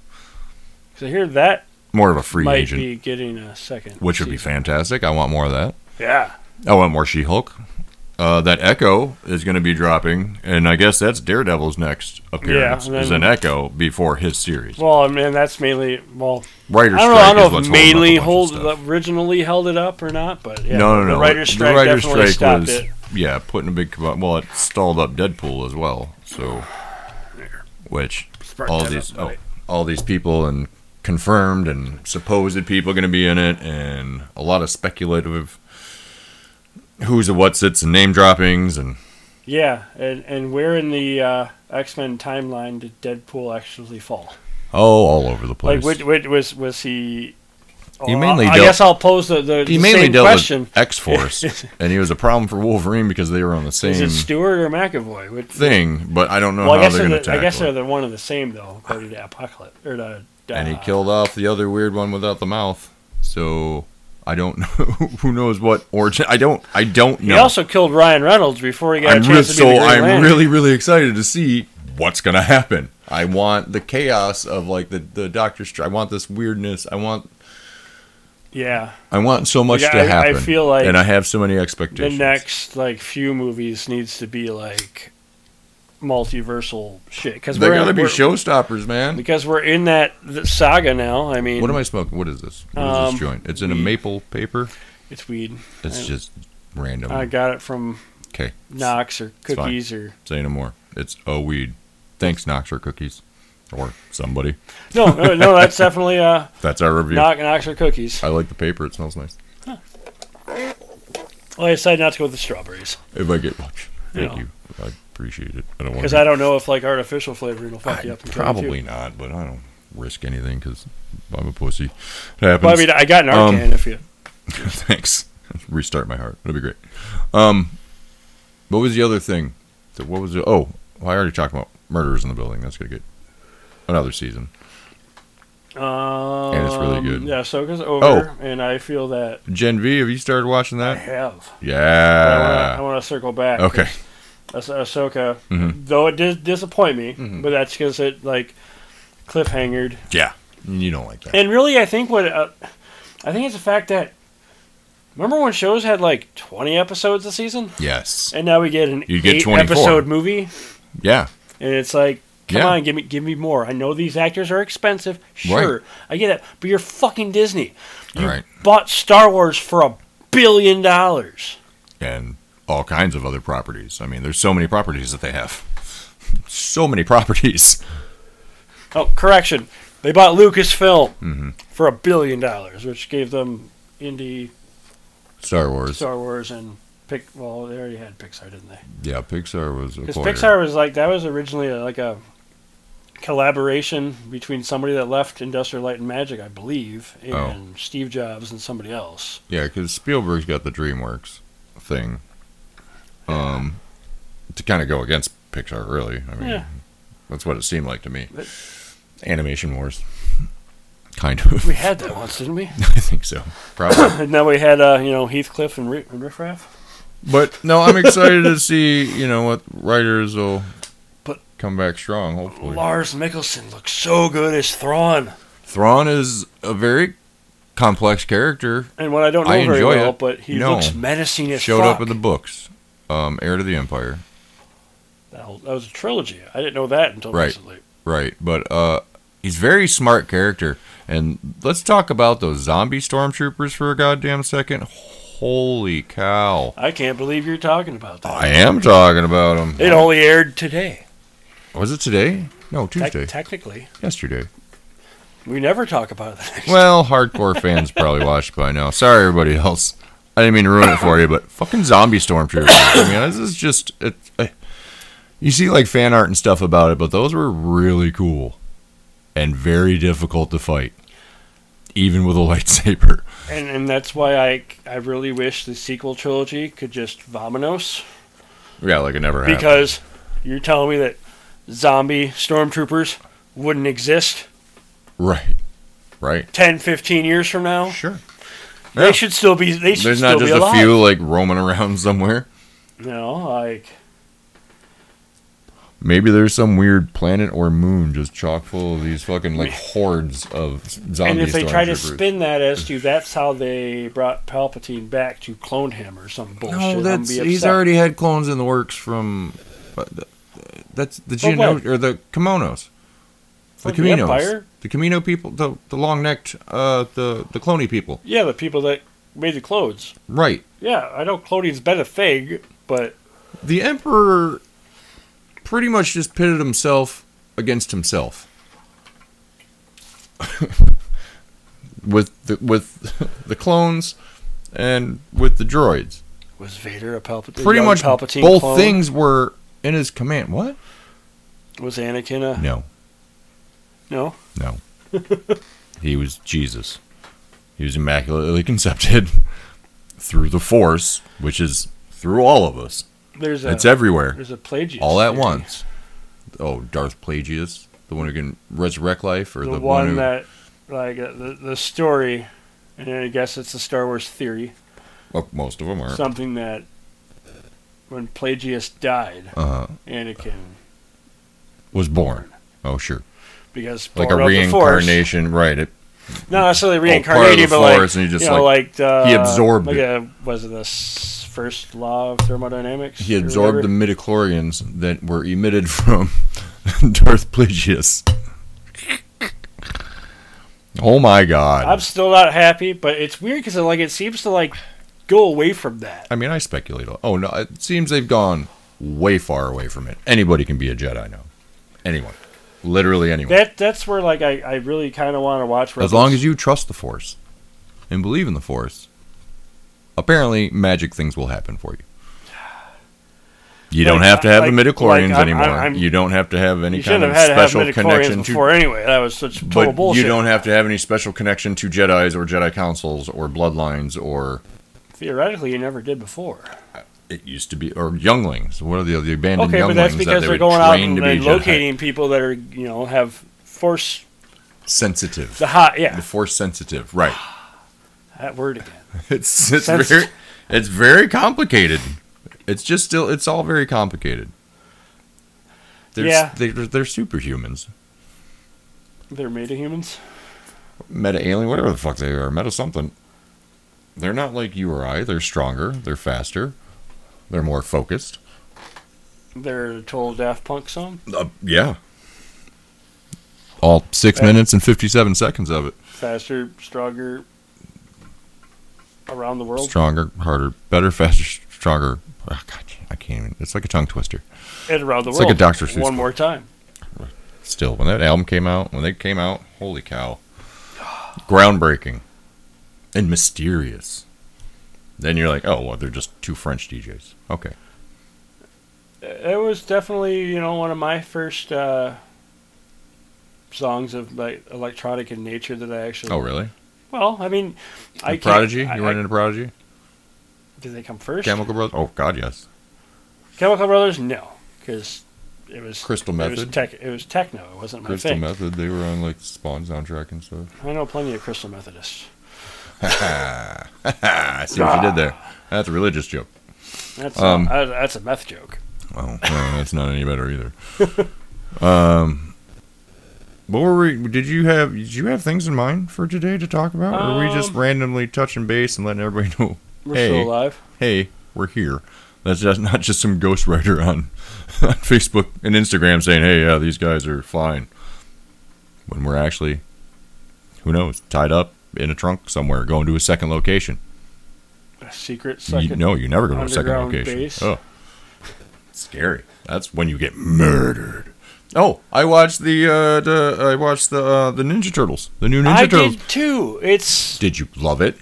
Speaker 7: 'Cause I hear that
Speaker 6: More of a free
Speaker 7: might
Speaker 6: agent,
Speaker 7: be getting a second,
Speaker 6: which would be
Speaker 7: season.
Speaker 6: fantastic. I want more of that.
Speaker 7: Yeah,
Speaker 6: I want more She-Hulk. Uh, that Echo is going to be dropping, and I guess that's Daredevil's next appearance
Speaker 7: and then-
Speaker 6: is an Echo before his series.
Speaker 7: well, I mean that's mainly well.
Speaker 6: Writer's
Speaker 7: I don't know.
Speaker 6: strike is
Speaker 7: I don't know
Speaker 6: what's
Speaker 7: if
Speaker 6: holding up a
Speaker 7: mainly
Speaker 6: bunch of
Speaker 7: hold
Speaker 6: stuff.
Speaker 7: originally held it up or not, but yeah,
Speaker 6: no, no, no.
Speaker 7: The writer's strike
Speaker 6: writer's
Speaker 7: definitely
Speaker 6: strike
Speaker 7: stopped
Speaker 6: was
Speaker 7: it.
Speaker 6: yeah, putting a big kabo- well, it stalled up Deadpool as well. So, which all these oh, all these people and confirmed and supposed people going to be in it, and a lot of speculative who's a what's it's and name droppings and
Speaker 7: Yeah, and and where in the uh, X Men timeline did Deadpool actually fall?
Speaker 6: oh, all over the place.
Speaker 7: Like, which, which, was was he?
Speaker 6: He
Speaker 7: Oh,
Speaker 6: mainly
Speaker 7: I, I
Speaker 6: dealt-
Speaker 7: guess I'll pose the, the,
Speaker 6: he
Speaker 7: the
Speaker 6: mainly
Speaker 7: same
Speaker 6: dealt
Speaker 7: question.
Speaker 6: with X
Speaker 7: [LAUGHS]
Speaker 6: Force, and he was a problem for Wolverine because they were on the
Speaker 7: Is
Speaker 6: same
Speaker 7: it Stewart or McAvoy? Which,
Speaker 6: thing. But I don't know
Speaker 7: well, I
Speaker 6: how
Speaker 7: guess,
Speaker 6: they're going
Speaker 7: they're
Speaker 6: to
Speaker 7: the,
Speaker 6: tackle.
Speaker 7: I guess
Speaker 6: it.
Speaker 7: they're the one and the same though, according to Apocalypse or to, uh, to,
Speaker 6: and he killed off the other weird one without the mouth. So I don't [LAUGHS] know who knows what origin. I don't. I don't
Speaker 7: He
Speaker 6: know.
Speaker 7: also killed Ryan Reynolds before he got
Speaker 6: I'm
Speaker 7: a
Speaker 6: re-
Speaker 7: chance to be
Speaker 6: so
Speaker 7: the Green
Speaker 6: I'm
Speaker 7: Lantern.
Speaker 6: really really excited to see what's gonna happen. I want the chaos of like the the Doctor. Str- I want this weirdness. I want.
Speaker 7: yeah.
Speaker 6: I want so much
Speaker 7: Like,
Speaker 6: to
Speaker 7: I- I
Speaker 6: happen.
Speaker 7: feel like
Speaker 6: and I have so many
Speaker 7: The
Speaker 6: expectations.
Speaker 7: next like few movies needs to be like multiversal shit because
Speaker 6: they
Speaker 7: we're,
Speaker 6: gotta be
Speaker 7: we're-
Speaker 6: showstoppers, man.
Speaker 7: because we're in that th- saga now. I mean,
Speaker 6: What am I smoking? What is this? What is
Speaker 7: Um,
Speaker 6: this joint? It's in a
Speaker 7: weed.
Speaker 6: maple paper.
Speaker 7: It's weed.
Speaker 6: It's
Speaker 7: I-
Speaker 6: just random.
Speaker 7: I got it from
Speaker 6: okay,
Speaker 7: Knox or
Speaker 6: fine.
Speaker 7: cookies or
Speaker 6: say no more. It's a weed. Thanks, Knox or cookies, or somebody.
Speaker 7: no, no, no. That's
Speaker 6: [LAUGHS]
Speaker 7: definitely uh,
Speaker 6: That's our review.
Speaker 7: Knox, Knox or cookies.
Speaker 6: I like the paper. It smells nice.
Speaker 7: Well, I decided not to go with the strawberries.
Speaker 6: If I get much, thank
Speaker 7: Yeah.
Speaker 6: you. I appreciate it. I don't want
Speaker 7: Because I don't know if like artificial flavoring
Speaker 6: [LAUGHS]
Speaker 7: will fuck you up. in time, too.
Speaker 6: probably not, but I don't risk anything because I'm a pussy. It happens.
Speaker 7: Well, I
Speaker 6: [LAUGHS]
Speaker 7: mean, I got an
Speaker 6: Um,
Speaker 7: Arcan if you.
Speaker 6: Thanks. Restart my heart. It'll be great. Um, What was the other thing? So What was the, oh, well, I already talked about murders in the building. That's gonna get another season.
Speaker 7: Um,
Speaker 6: it's really good. Oh.
Speaker 7: Yeah, Ahsoka's over, and I feel that
Speaker 6: Gen V, have you started watching
Speaker 7: I
Speaker 6: that?
Speaker 7: have. I wanna- uh, I
Speaker 6: Yeah.
Speaker 7: want to circle back.
Speaker 6: Uh, Okay.
Speaker 7: Ahs- Ahsoka,
Speaker 6: Mhm.
Speaker 7: though it did disappoint me,
Speaker 6: Mm-hmm.
Speaker 7: but that's because it like cliffhangered.
Speaker 6: Yeah. You don't like that.
Speaker 7: And really, I think what uh, I think it's the fact that remember when shows had like twenty episodes a season,
Speaker 6: Yes.
Speaker 7: and now we get an
Speaker 6: You get 24.
Speaker 7: eight-episode movie,
Speaker 6: Yeah.
Speaker 7: and it's like, come
Speaker 6: Yeah.
Speaker 7: on, give me give me more. I know these actors are expensive,
Speaker 6: Right.
Speaker 7: sure, I get that, but you're fucking Disney. You
Speaker 6: Right.
Speaker 7: bought Star Wars for a billion dollars.
Speaker 6: And all kinds of other properties. I mean, there's so many properties that they have. [LAUGHS] So many properties.
Speaker 7: Oh, correction. They bought Lucasfilm
Speaker 6: Mm-hmm.
Speaker 7: for a billion dollars, which gave them indie
Speaker 6: Star Wars.
Speaker 7: Star Wars and Pic. Well, they already had Pixar, didn't they?
Speaker 6: Yeah, Pixar was
Speaker 7: Because
Speaker 6: acquired.
Speaker 7: Pixar was like that was originally a, like a collaboration between somebody that left Industrial Light and Magic, I believe, and
Speaker 6: Oh.
Speaker 7: Steve Jobs and somebody else.
Speaker 6: Yeah, because Spielberg's got the DreamWorks thing. Um, to kind of go against Pixar, really. I mean,
Speaker 7: Yeah.
Speaker 6: that's what it seemed like to me.
Speaker 7: But-
Speaker 6: Animation wars, kind of.
Speaker 7: We had that once, didn't we?
Speaker 6: [LAUGHS] I think so,
Speaker 7: [COUGHS]
Speaker 6: probably.
Speaker 7: and then we had uh, you know Heathcliff and, Ri- and Riff Raff.
Speaker 6: but no, I'm excited to see. You know what writers will
Speaker 7: But-
Speaker 6: come back strong. Hopefully,
Speaker 7: Lars Mikkelsen looks so good as Thrawn,
Speaker 6: Thrawn is a very complex character.
Speaker 7: and what I don't know
Speaker 6: I
Speaker 7: very
Speaker 6: enjoy
Speaker 7: well,
Speaker 6: it.
Speaker 7: but he
Speaker 6: No.
Speaker 7: looks menacing as
Speaker 6: Showed
Speaker 7: fuck.
Speaker 6: up in the books, um, heir to the empire.
Speaker 7: That whole- that was a trilogy. I didn't know that until
Speaker 6: Right.
Speaker 7: recently.
Speaker 6: Right, but uh, he's very smart character. And let's talk about those zombie stormtroopers for a goddamn second. Holy cow!
Speaker 7: I can't believe you're talking about that.
Speaker 6: I am talking about them.
Speaker 7: It only aired today.
Speaker 6: Was it today? No,
Speaker 7: Tec-
Speaker 6: Tuesday.
Speaker 7: technically,
Speaker 6: Yesterday.
Speaker 7: we never talk about that.
Speaker 6: [LAUGHS] Well, hardcore fans probably watched by now. Sorry, everybody else. I didn't mean to ruin it for you, but fucking zombie stormtroopers. I mean, this is just it. I, you see like fan art and stuff about it, but those were really cool and very difficult to fight, even with a lightsaber. [LAUGHS]
Speaker 7: And and that's why I I really wish the sequel trilogy could just vominos
Speaker 6: Yeah, like it never happened.
Speaker 7: because you're telling me that zombie stormtroopers wouldn't exist
Speaker 6: right, right,
Speaker 7: 10, 15 years from now.
Speaker 6: sure. Yeah.
Speaker 7: They should still be they should
Speaker 6: There's
Speaker 7: still
Speaker 6: not just
Speaker 7: be
Speaker 6: a
Speaker 7: alive.
Speaker 6: few like roaming around somewhere.
Speaker 7: You know, like
Speaker 6: Maybe there's some weird planet or moon just chock full of these fucking like hordes of zombie
Speaker 7: and if they try to
Speaker 6: stormtroopers.
Speaker 7: spin that as to that's how they brought Palpatine back to clone him or some bullshit. I'm
Speaker 6: No, that's
Speaker 7: be
Speaker 6: he's
Speaker 7: upset.
Speaker 6: already had clones in the works from. but th- That's the
Speaker 7: From
Speaker 6: Geno-
Speaker 7: Oh, what?
Speaker 6: or the kimonos, the
Speaker 7: From the
Speaker 6: Caminos,
Speaker 7: Empire?
Speaker 6: the Camino people, the the long necked, uh, the the cloney people.
Speaker 7: Yeah, the people that made the clothes.
Speaker 6: Right,
Speaker 7: Yeah, I know cloning's been a thing, but
Speaker 6: the emperor pretty much just pitted himself against himself [LAUGHS] with the, with [LAUGHS] the clones and with the droids.
Speaker 7: was Vader a Palpatine?
Speaker 6: Pretty
Speaker 7: young
Speaker 6: much
Speaker 7: Palpatine
Speaker 6: both
Speaker 7: clone?
Speaker 6: things were in his command. What?
Speaker 7: Was Anakin a
Speaker 6: No.
Speaker 7: no?
Speaker 6: No. he was Jesus. He was immaculately [LAUGHS] concepted through the Force, which is through all of us.
Speaker 7: There's a
Speaker 6: It's everywhere,
Speaker 7: there's a Plagius
Speaker 6: all at
Speaker 7: theory.
Speaker 6: once. Oh, Darth Plagueis, the one who can resurrect life, or
Speaker 7: The,
Speaker 6: the,
Speaker 7: one,
Speaker 6: who,
Speaker 7: that like uh, the the story, and I guess it's the Star Wars theory.
Speaker 6: well, Oh, most of them are.
Speaker 7: Something that when Plagius died,
Speaker 6: uh,
Speaker 7: Anakin
Speaker 6: was born. Oh, sure,
Speaker 7: because
Speaker 6: like
Speaker 7: born
Speaker 6: a
Speaker 7: of the Force-
Speaker 6: reincarnation, right? It,
Speaker 7: not
Speaker 6: part
Speaker 7: necessarily
Speaker 6: of the
Speaker 7: reincarnated, but like
Speaker 6: Force, and he just,
Speaker 7: you know, like, uh,
Speaker 6: he absorbed
Speaker 7: like
Speaker 6: it.
Speaker 7: A, was it the s- first law of thermodynamics?
Speaker 6: he
Speaker 7: or
Speaker 6: absorbed the
Speaker 7: whatever?
Speaker 6: midi chlorians that were emitted from [LAUGHS] Darth Plagueis. [LAUGHS] Oh my God!
Speaker 7: I'm still not happy, but it's weird because like it seems to like go away from that.
Speaker 6: I mean, I speculate. Oh no, it seems they've gone way far away from it. Anybody can be a Jedi now. Anyone, literally anyone,
Speaker 7: That that's where like I, I really kind of want to watch.
Speaker 6: as long as you trust the Force and believe in the Force. Apparently, magic things will happen for you. You
Speaker 7: Like,
Speaker 6: don't have to
Speaker 7: I-
Speaker 6: have
Speaker 7: like-
Speaker 6: the midi chlorians
Speaker 7: like, I'm-
Speaker 6: anymore.
Speaker 7: I'm-
Speaker 6: you don't have to have any
Speaker 7: you should
Speaker 6: kind
Speaker 7: have
Speaker 6: of
Speaker 7: had to have
Speaker 6: special
Speaker 7: midichlorians
Speaker 6: connection to
Speaker 7: before anyway. That was such total
Speaker 6: but
Speaker 7: bullshit.
Speaker 6: you don't have to have any special connection to Jedi's or Jedi councils or bloodlines or
Speaker 7: Theoretically, you never did before.
Speaker 6: it used to be, or younglings. What are the the abandoned
Speaker 7: Okay, but
Speaker 6: younglings
Speaker 7: that's
Speaker 6: that they
Speaker 7: because they are
Speaker 6: would
Speaker 7: going out
Speaker 6: train
Speaker 7: and,
Speaker 6: to be
Speaker 7: and
Speaker 6: Jedi?
Speaker 7: locating people that are, you know, have force
Speaker 6: uh, sensitive,
Speaker 7: the hot.
Speaker 6: the
Speaker 7: Yeah,
Speaker 6: force sensitive,
Speaker 7: [SIGHS]
Speaker 6: right?
Speaker 7: that word again.
Speaker 6: It's it's
Speaker 7: Sensi-
Speaker 6: very it's very complicated. It's just still it's all very complicated. They're,
Speaker 7: Yeah.
Speaker 6: they, they're, they're superhumans,
Speaker 7: They're made of humans.
Speaker 6: meta alien, whatever the fuck they are, meta something. They're not like you or I. They're stronger. They're faster. They're more focused.
Speaker 7: They're a total Daft Punk song.
Speaker 6: Uh, yeah. All six minutes and fifty-seven seconds of it.
Speaker 7: Faster, stronger, around the world.
Speaker 6: Stronger, harder, better, faster, stronger. Oh, God, I can't even. It's like a tongue twister.
Speaker 7: and around the
Speaker 6: It's
Speaker 7: world.
Speaker 6: like a Dr. Seuss
Speaker 7: One
Speaker 6: book.
Speaker 7: more time.
Speaker 6: still when that album came out when they came out holy
Speaker 7: [GASPS]
Speaker 6: cow groundbreaking and mysterious then you're like oh well they're just two french djs okay
Speaker 7: It was definitely, you know, one of my first uh, songs of like electronic in nature that I actually.
Speaker 6: oh really
Speaker 7: Well, I mean, I
Speaker 6: The
Speaker 7: can't-
Speaker 6: prodigy
Speaker 7: I-
Speaker 6: you
Speaker 7: I-
Speaker 6: weren't into
Speaker 7: [LAUGHS]
Speaker 6: prodigy
Speaker 7: Did they come first?
Speaker 6: chemical brothers oh god yes
Speaker 7: Chemical Brothers? No, because it was
Speaker 6: Crystal
Speaker 7: It was,
Speaker 6: Method?
Speaker 7: tech, it was techno. It wasn't my
Speaker 6: crystal
Speaker 7: thing.
Speaker 6: method they were on like spawn soundtrack and stuff [LAUGHS]
Speaker 7: I know plenty of Crystal Methodists.
Speaker 6: i see what you did there that's a religious joke
Speaker 7: That's
Speaker 6: Um,
Speaker 7: uh, that's a meth joke.
Speaker 6: well no, that's not any better either [LAUGHS] um what were we, did you have did you have things in mind for today to talk about or are we just
Speaker 7: Um,
Speaker 6: randomly touching base and letting everybody know
Speaker 7: We're
Speaker 6: Hey.
Speaker 7: still alive.
Speaker 6: hey, we're here. That's just not just some ghostwriter on, [LAUGHS] on Facebook and Instagram saying, hey, yeah, these guys are flying. When we're actually, who knows, tied up in a trunk somewhere, going to a second location.
Speaker 7: A secret
Speaker 6: you,
Speaker 7: second.
Speaker 6: no, you never go to a second
Speaker 7: underground
Speaker 6: location.
Speaker 7: base.
Speaker 6: Oh, scary. That's when you get murdered. Oh, I watched the uh, the I watched the uh, the Ninja Turtles, the new Ninja
Speaker 7: I
Speaker 6: Turtles.
Speaker 7: did too. It's
Speaker 6: Did you love it?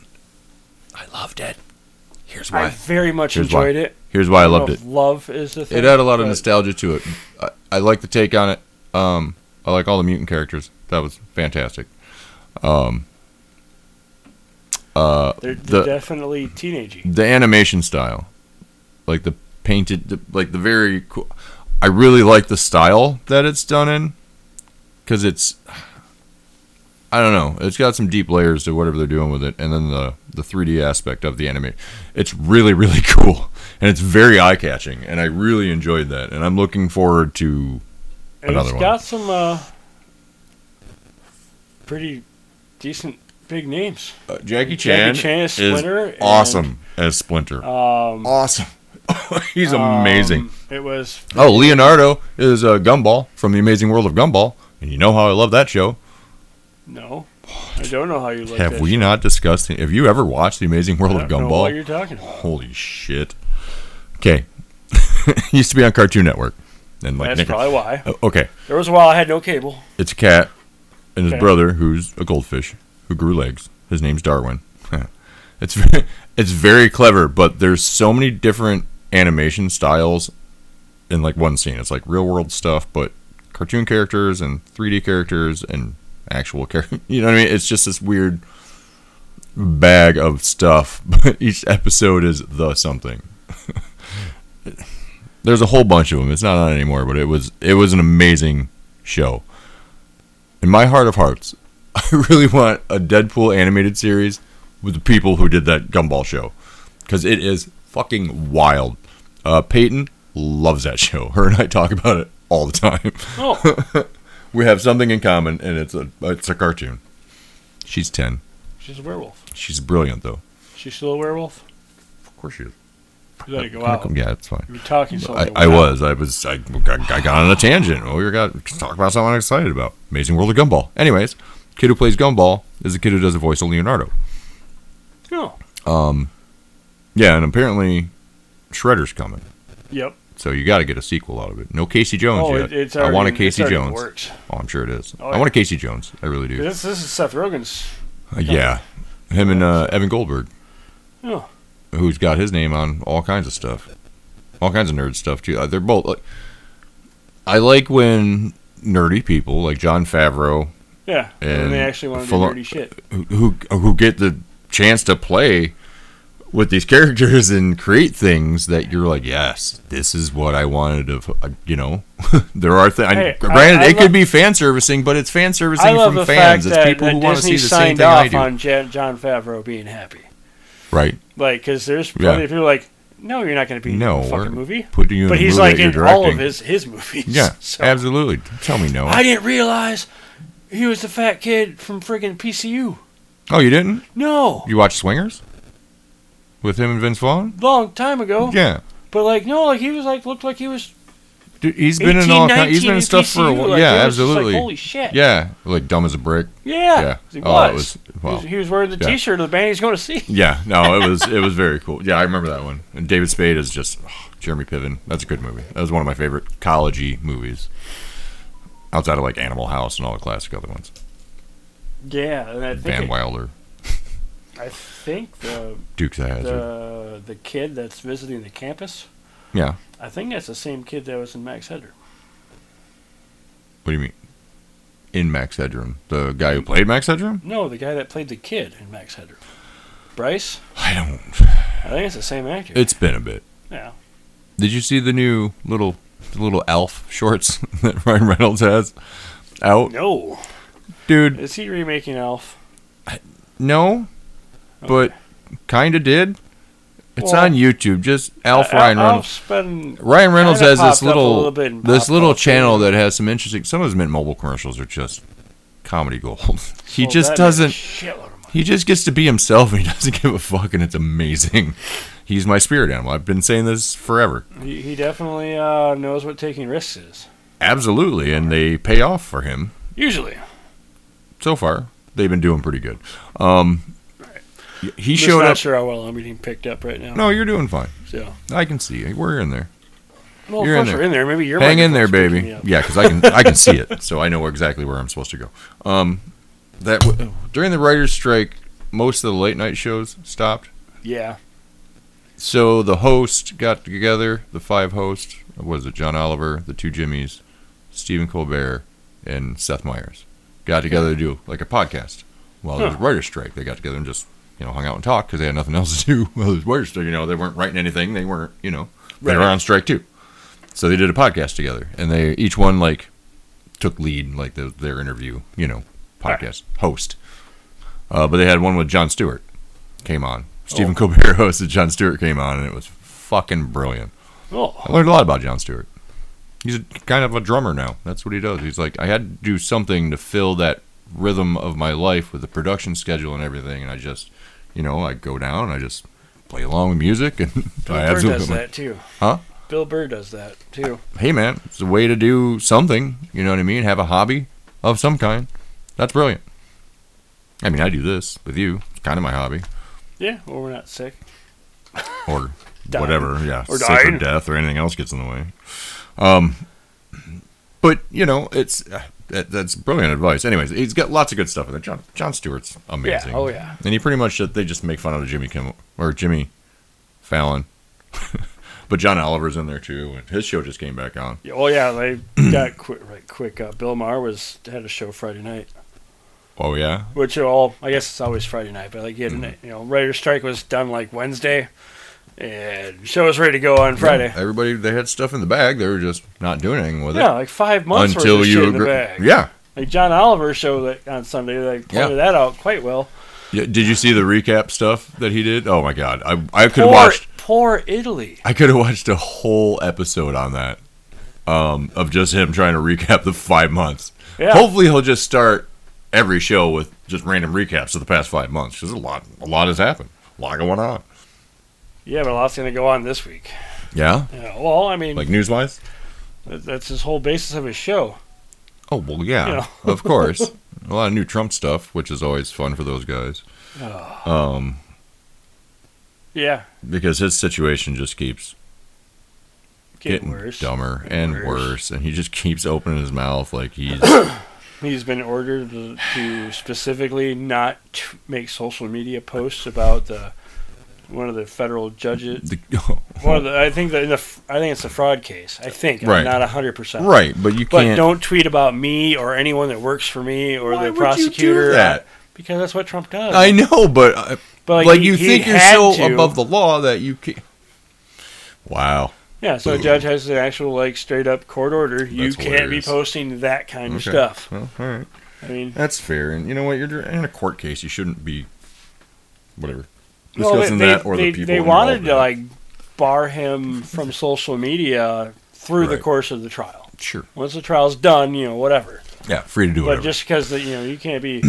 Speaker 6: I loved it. Here's why.
Speaker 7: I very much
Speaker 6: Here's why.
Speaker 7: enjoyed it.
Speaker 6: Here's why I loved
Speaker 7: know
Speaker 6: it.
Speaker 7: if Love is the thing.
Speaker 6: It had a lot of
Speaker 7: Oh, but
Speaker 6: nostalgia to it. I, I like the take on it. Um, I like all the mutant characters. That was fantastic. Um,
Speaker 7: They're, they're
Speaker 6: the-
Speaker 7: definitely teenagey.
Speaker 6: The animation style, like the painted, the, like the very cool. I really like the style that it's done in, because it's. I don't know. It's got some deep layers to whatever they're doing with it, and then the the 3D aspect of the anime. It's really [LAUGHS] really cool, and it's very eye catching, and I really enjoyed that. And I'm looking forward to
Speaker 7: And
Speaker 6: Another
Speaker 7: it's
Speaker 6: one.
Speaker 7: got some uh, pretty decent big names.
Speaker 6: Uh, Jackie Chan,
Speaker 7: Jackie Chan as Splinter
Speaker 6: is
Speaker 7: and-
Speaker 6: awesome as Splinter.
Speaker 7: Um,
Speaker 6: awesome. [LAUGHS] He's amazing.
Speaker 7: um, it was
Speaker 6: oh, Leonardo is uh, Gumball from The Amazing World of Gumball, and you know how I love that show. [SIGHS]
Speaker 7: no. I don't know how you looked
Speaker 6: Have
Speaker 7: at
Speaker 6: we
Speaker 7: it.
Speaker 6: not discussed? Have you ever watched The Amazing World
Speaker 7: I
Speaker 6: of
Speaker 7: don't know what
Speaker 6: Gumball?
Speaker 7: you're talking about.
Speaker 6: Holy shit! Okay, [LAUGHS] used to be on Cartoon Network, and like
Speaker 7: That's
Speaker 6: Nick-
Speaker 7: probably why.
Speaker 6: Oh, okay,
Speaker 7: There was a while I had no cable.
Speaker 6: it's a cat and his
Speaker 7: Okay.
Speaker 6: brother, who's a goldfish, who grew legs. His name's Darwin. [LAUGHS] it's very, it's very clever, but there's so many different animation styles in like one scene. It's like real world stuff, but cartoon characters and 3D characters and actual characters. [LAUGHS] You know what I mean? It's just this weird bag of stuff. [LAUGHS] But each episode is the something. [LAUGHS] There's a whole bunch of them. It's not on anymore, but it was it was an amazing show. In my heart of hearts, [LAUGHS] I really want a Deadpool animated series with the people who did that Gumball show because it is fucking wild. Uh, Peyton loves that [LAUGHS] show. Her and I talk about it all the time. [LAUGHS]
Speaker 7: [LAUGHS] Oh,
Speaker 6: We have something in common, and it's a it's a cartoon. She's ten.
Speaker 7: she's a werewolf.
Speaker 6: She's brilliant, though.
Speaker 7: She's still a werewolf.
Speaker 6: Of course she is. Oh,
Speaker 7: You gotta go out.
Speaker 6: Um, Yeah, it's fine.
Speaker 7: You were talking so
Speaker 6: I,
Speaker 7: long.
Speaker 6: I was. I was. I, I got on a tangent. Well, we got to talk about something I'm excited about. Amazing World of Gumball. Anyways, kid who plays Gumball is the kid who does the voice of Leonardo.
Speaker 7: Oh,
Speaker 6: Um, Yeah, and apparently, Shredder's coming.
Speaker 7: yep.
Speaker 6: So you got to get a sequel out of it. No Casey Jones
Speaker 7: Oh,
Speaker 6: yet.
Speaker 7: it, it's
Speaker 6: I
Speaker 7: already,
Speaker 6: want a
Speaker 7: it's
Speaker 6: Casey
Speaker 7: already
Speaker 6: Jones.
Speaker 7: Works.
Speaker 6: Oh, I'm sure it is.
Speaker 7: Oh,
Speaker 6: I want a Casey Jones. I really do.
Speaker 7: This, this is Seth Rogen's.
Speaker 6: Uh, yeah, him and uh, Evan Goldberg,
Speaker 7: Oh,
Speaker 6: who's got his name on all kinds of stuff, all kinds of nerd stuff too. Uh, They're both. Like, I like when nerdy people like John Favreau,
Speaker 7: yeah. And,
Speaker 6: And
Speaker 7: they actually want to do
Speaker 6: Philo-
Speaker 7: dirty shit.
Speaker 6: who who who get the chance to play with these [LAUGHS] characters and create things that you're like, yes, this is what I wanted to, f- uh, you know, [LAUGHS] there are things.
Speaker 7: Hey, I-
Speaker 6: granted,
Speaker 7: I
Speaker 6: it could
Speaker 7: love-
Speaker 6: be fan servicing, but it's fan
Speaker 7: I
Speaker 6: servicing
Speaker 7: love
Speaker 6: from
Speaker 7: the
Speaker 6: fans.
Speaker 7: fact
Speaker 6: It's
Speaker 7: that,
Speaker 6: people who
Speaker 7: that
Speaker 6: want to
Speaker 7: Disney
Speaker 6: see the same
Speaker 7: signed
Speaker 6: thing I
Speaker 7: off
Speaker 6: do.
Speaker 7: on Jan, John Favreau being happy.
Speaker 6: right.
Speaker 7: Like, because there's
Speaker 6: Yeah.
Speaker 7: plenty of people like, no, you're not going to be
Speaker 6: No,
Speaker 7: in the
Speaker 6: we're
Speaker 7: fucking movie.
Speaker 6: putting you in
Speaker 7: but
Speaker 6: a
Speaker 7: he's
Speaker 6: movie
Speaker 7: like
Speaker 6: that you're
Speaker 7: in all of
Speaker 6: directing.
Speaker 7: his his movies.
Speaker 6: Yeah,
Speaker 7: [LAUGHS] so.
Speaker 6: absolutely. Tell me no.
Speaker 7: I didn't realize he was the fat kid from friggin' PCU.
Speaker 6: oh, you didn't?
Speaker 7: No,
Speaker 6: You watched Swingers? With him and Vince Vaughn?
Speaker 7: long time ago.
Speaker 6: Yeah.
Speaker 7: But like, no, like he was like looked like he was
Speaker 6: Dude, he's
Speaker 7: 18,
Speaker 6: been in all kind,
Speaker 7: 19
Speaker 6: he's been in stuff for a
Speaker 7: PCU,
Speaker 6: while.
Speaker 7: like,
Speaker 6: yeah,
Speaker 7: it was just like,
Speaker 6: absolutely.
Speaker 7: Holy shit.
Speaker 6: yeah, like dumb as a brick.
Speaker 7: [LAUGHS] Yeah.
Speaker 6: Yeah.
Speaker 7: He
Speaker 6: Oh, it
Speaker 7: was.
Speaker 6: was-
Speaker 7: He was-
Speaker 6: wow.
Speaker 7: He was wearing the
Speaker 6: Yeah.
Speaker 7: T-shirt of the band he's going
Speaker 6: [LAUGHS]
Speaker 7: to see.
Speaker 6: Yeah, no,
Speaker 7: [LAUGHS]
Speaker 6: it was it was very cool. Yeah, I remember that one. And David Spade is just oh, Jeremy Piven. That's a good movie. That was one of my favorite collegey movies. Outside of like Animal House and all the classic other ones.
Speaker 7: Yeah, and I
Speaker 6: Van
Speaker 7: think it-
Speaker 6: Wilder,
Speaker 7: I think the
Speaker 6: Dukes of Hazzard.
Speaker 7: the the kid that's visiting the campus.
Speaker 6: Yeah.
Speaker 7: I think that's the same kid that was in Max Header.
Speaker 6: What do you mean? In Max Headroom, the guy who played Max Headroom.
Speaker 7: No, the guy that played the kid in Max Header. Bryce?
Speaker 6: I don't.
Speaker 7: I think it's the same actor.
Speaker 6: It's been a bit.
Speaker 7: yeah.
Speaker 6: Did you see the new little the little elf shorts [LAUGHS] that Ryan Reynolds has out?
Speaker 7: No.
Speaker 6: Dude,
Speaker 7: Is he remaking Elf?
Speaker 6: no, but kind of did. It's
Speaker 7: Well-
Speaker 6: on YouTube. Just Alf
Speaker 7: Uh,
Speaker 6: Ryan
Speaker 7: Al-
Speaker 6: Reynolds.
Speaker 7: Alf's been-
Speaker 6: Ryan Reynolds
Speaker 7: kinda
Speaker 6: has
Speaker 7: popped
Speaker 6: this
Speaker 7: up
Speaker 6: little,
Speaker 7: a little bit in
Speaker 6: this
Speaker 7: pop
Speaker 6: little
Speaker 7: culture.
Speaker 6: channel that has some interesting. Some of his Mint Mobile commercials are just comedy gold. [LAUGHS] he
Speaker 7: Well,
Speaker 6: just
Speaker 7: that
Speaker 6: doesn't.
Speaker 7: made a shitload of money.
Speaker 6: He just gets to be himself and he [LAUGHS] doesn't give a fuck, and it's amazing. He's my spirit animal. I've been saying this forever.
Speaker 7: He, he definitely uh, knows what taking risks is.
Speaker 6: Absolutely, and they pay off for him
Speaker 7: Usually.
Speaker 6: so far. They've been doing pretty good. Um, he
Speaker 7: I'm just
Speaker 6: showed
Speaker 7: not
Speaker 6: up.
Speaker 7: sure how well I'm being picked up right now.
Speaker 6: No, you're doing fine.
Speaker 7: So,
Speaker 6: I can see. you. We're in there.
Speaker 7: well,
Speaker 6: You're in
Speaker 7: first
Speaker 6: there.
Speaker 7: we're in there. Maybe you're
Speaker 6: Hang in there, baby. Yeah, because I can I can see it, so I know exactly where I'm supposed to go. Um, that w- during the writers' strike, most of the late night shows stopped.
Speaker 7: Yeah.
Speaker 6: So the host got together, the five hosts. What was it? John Oliver, the two Jimmys, Stephen Colbert, and Seth Meyers got together to do like a podcast. While there was
Speaker 7: Huh.
Speaker 6: writers' strike, they got together and just you know hung out and talked because they had nothing [LAUGHS] else to do. Well, there's writers' strike. You know, they weren't writing anything. They weren't you know they were
Speaker 7: Right.
Speaker 6: on strike too. So they did a podcast together, and they each one like took lead like the, their interview, you know,
Speaker 7: Right.
Speaker 6: podcast host. Uh, but they had one with John Stewart came on. Stephen Colbert [LAUGHS] hosted. John Stewart came on, and it was fucking brilliant.
Speaker 7: Oh,
Speaker 6: I learned a lot about John Stewart. He's a, kind of a drummer now. That's what he does. He's like, I had to do something to fill that rhythm of my life with the production schedule and everything, and I just, you know, I go down and I just play along with music, and [LAUGHS]
Speaker 7: Bill
Speaker 6: I
Speaker 7: Burr does
Speaker 6: absolutely
Speaker 7: that too.
Speaker 6: Huh?
Speaker 7: Bill Burr does that too.
Speaker 6: hey man, it's a way to do something. You know what I mean? Have a hobby of some kind. That's brilliant. I mean, I do this with you. It's kind of my hobby,
Speaker 7: Yeah. Well, we're not sick.
Speaker 6: or
Speaker 7: Dying.
Speaker 6: whatever. Yeah,
Speaker 7: Or
Speaker 6: sick
Speaker 7: dying.
Speaker 6: or death or anything else gets in the way. Um, but you know, it's uh, that, that's brilliant advice. Anyways, he's got lots of good stuff in there. John John Stewart's amazing.
Speaker 7: Yeah. Oh, yeah.
Speaker 6: And he pretty much they just make fun of Jimmy Kimmel or Jimmy Fallon. [LAUGHS] but John Oliver's in there too, and his show just came back on.
Speaker 7: Yeah, Oh yeah,
Speaker 6: [CLEARS THROAT]
Speaker 7: they got quick. Right, quick. Uh, Bill Maher was had a show Friday night,
Speaker 6: Oh yeah,
Speaker 7: which are all I guess it's always Friday night, but like yeah,
Speaker 6: Mm-hmm.
Speaker 7: you know, writer's strike was done like Wednesday, and show was ready to go on Friday.
Speaker 6: Yeah, everybody, they had stuff in the bag. They were just not doing anything with
Speaker 7: Yeah,
Speaker 6: it
Speaker 7: like five months
Speaker 6: until
Speaker 7: worth of
Speaker 6: you
Speaker 7: shit in the
Speaker 6: agree-
Speaker 7: bag.
Speaker 6: Yeah.
Speaker 7: Like John Oliver's show that on Sunday, they pointed that out quite well.
Speaker 6: yeah. Did you see the recap stuff that he did? Oh my god, I I could have
Speaker 7: Poor,
Speaker 6: watched
Speaker 7: poor Italy.
Speaker 6: I could have watched a whole episode on that. Um, of just him trying to recap the five months.
Speaker 7: Yeah.
Speaker 6: Hopefully, he'll just start every show with just random recaps of the past five months because a lot, a lot has happened, a lot going on.
Speaker 7: Yeah, but a lot's gonna go on this week.
Speaker 6: Yeah,
Speaker 7: Yeah, well, I mean,
Speaker 6: like news wise.
Speaker 7: that- that's his whole basis of his show.
Speaker 6: Oh well, yeah,
Speaker 7: Yeah.
Speaker 6: of
Speaker 7: [LAUGHS]
Speaker 6: course. A lot of new Trump stuff, which is always fun for those guys. Um,
Speaker 7: Yeah,
Speaker 6: because his situation just keeps
Speaker 7: getting,
Speaker 6: getting
Speaker 7: worse.
Speaker 6: dumber
Speaker 7: Getting
Speaker 6: and
Speaker 7: worse.
Speaker 6: worse. and he just keeps opening his mouth like
Speaker 7: [COUGHS]
Speaker 6: he's
Speaker 7: He's been ordered to- to specifically not t- make social media posts about the one of the federal judges.
Speaker 6: the, [LAUGHS]
Speaker 7: One of the, I think that in the f- I think it's a fraud case. I think
Speaker 6: Right.
Speaker 7: I'm not hundred percent
Speaker 6: right, but you
Speaker 7: But
Speaker 6: can't.
Speaker 7: don't tweet about me or anyone that works for me or
Speaker 6: Why would
Speaker 7: the
Speaker 6: you do
Speaker 7: prosecutor. uh,
Speaker 6: that?
Speaker 7: because that's what Trump does.
Speaker 6: I know, but uh,
Speaker 7: but
Speaker 6: like,
Speaker 7: he-
Speaker 6: you
Speaker 7: he
Speaker 6: think you're
Speaker 7: had
Speaker 6: so
Speaker 7: to.
Speaker 6: above the law that you can't. Wow.
Speaker 7: Yeah, so a
Speaker 6: Ooh.
Speaker 7: judge has an actual like straight up court order. You
Speaker 6: That's
Speaker 7: can't be
Speaker 6: hilarious.
Speaker 7: posting that kind of
Speaker 6: Okay.
Speaker 7: stuff.
Speaker 6: Well, all right.
Speaker 7: I mean,
Speaker 6: That's fair. And you know what? You're in a court case. You shouldn't be. Whatever.
Speaker 7: well,
Speaker 6: Discussing
Speaker 7: they,
Speaker 6: that or
Speaker 7: they,
Speaker 6: the people.
Speaker 7: they
Speaker 6: involved
Speaker 7: wanted
Speaker 6: in
Speaker 7: to
Speaker 6: it.
Speaker 7: like bar him from social media through the
Speaker 6: Right.
Speaker 7: course of the trial.
Speaker 6: Sure.
Speaker 7: Once the trial's done, you know, whatever.
Speaker 6: Yeah, free to do
Speaker 7: But
Speaker 6: whatever.
Speaker 7: just because you know you
Speaker 6: [CLEARS THROAT]
Speaker 7: can't be,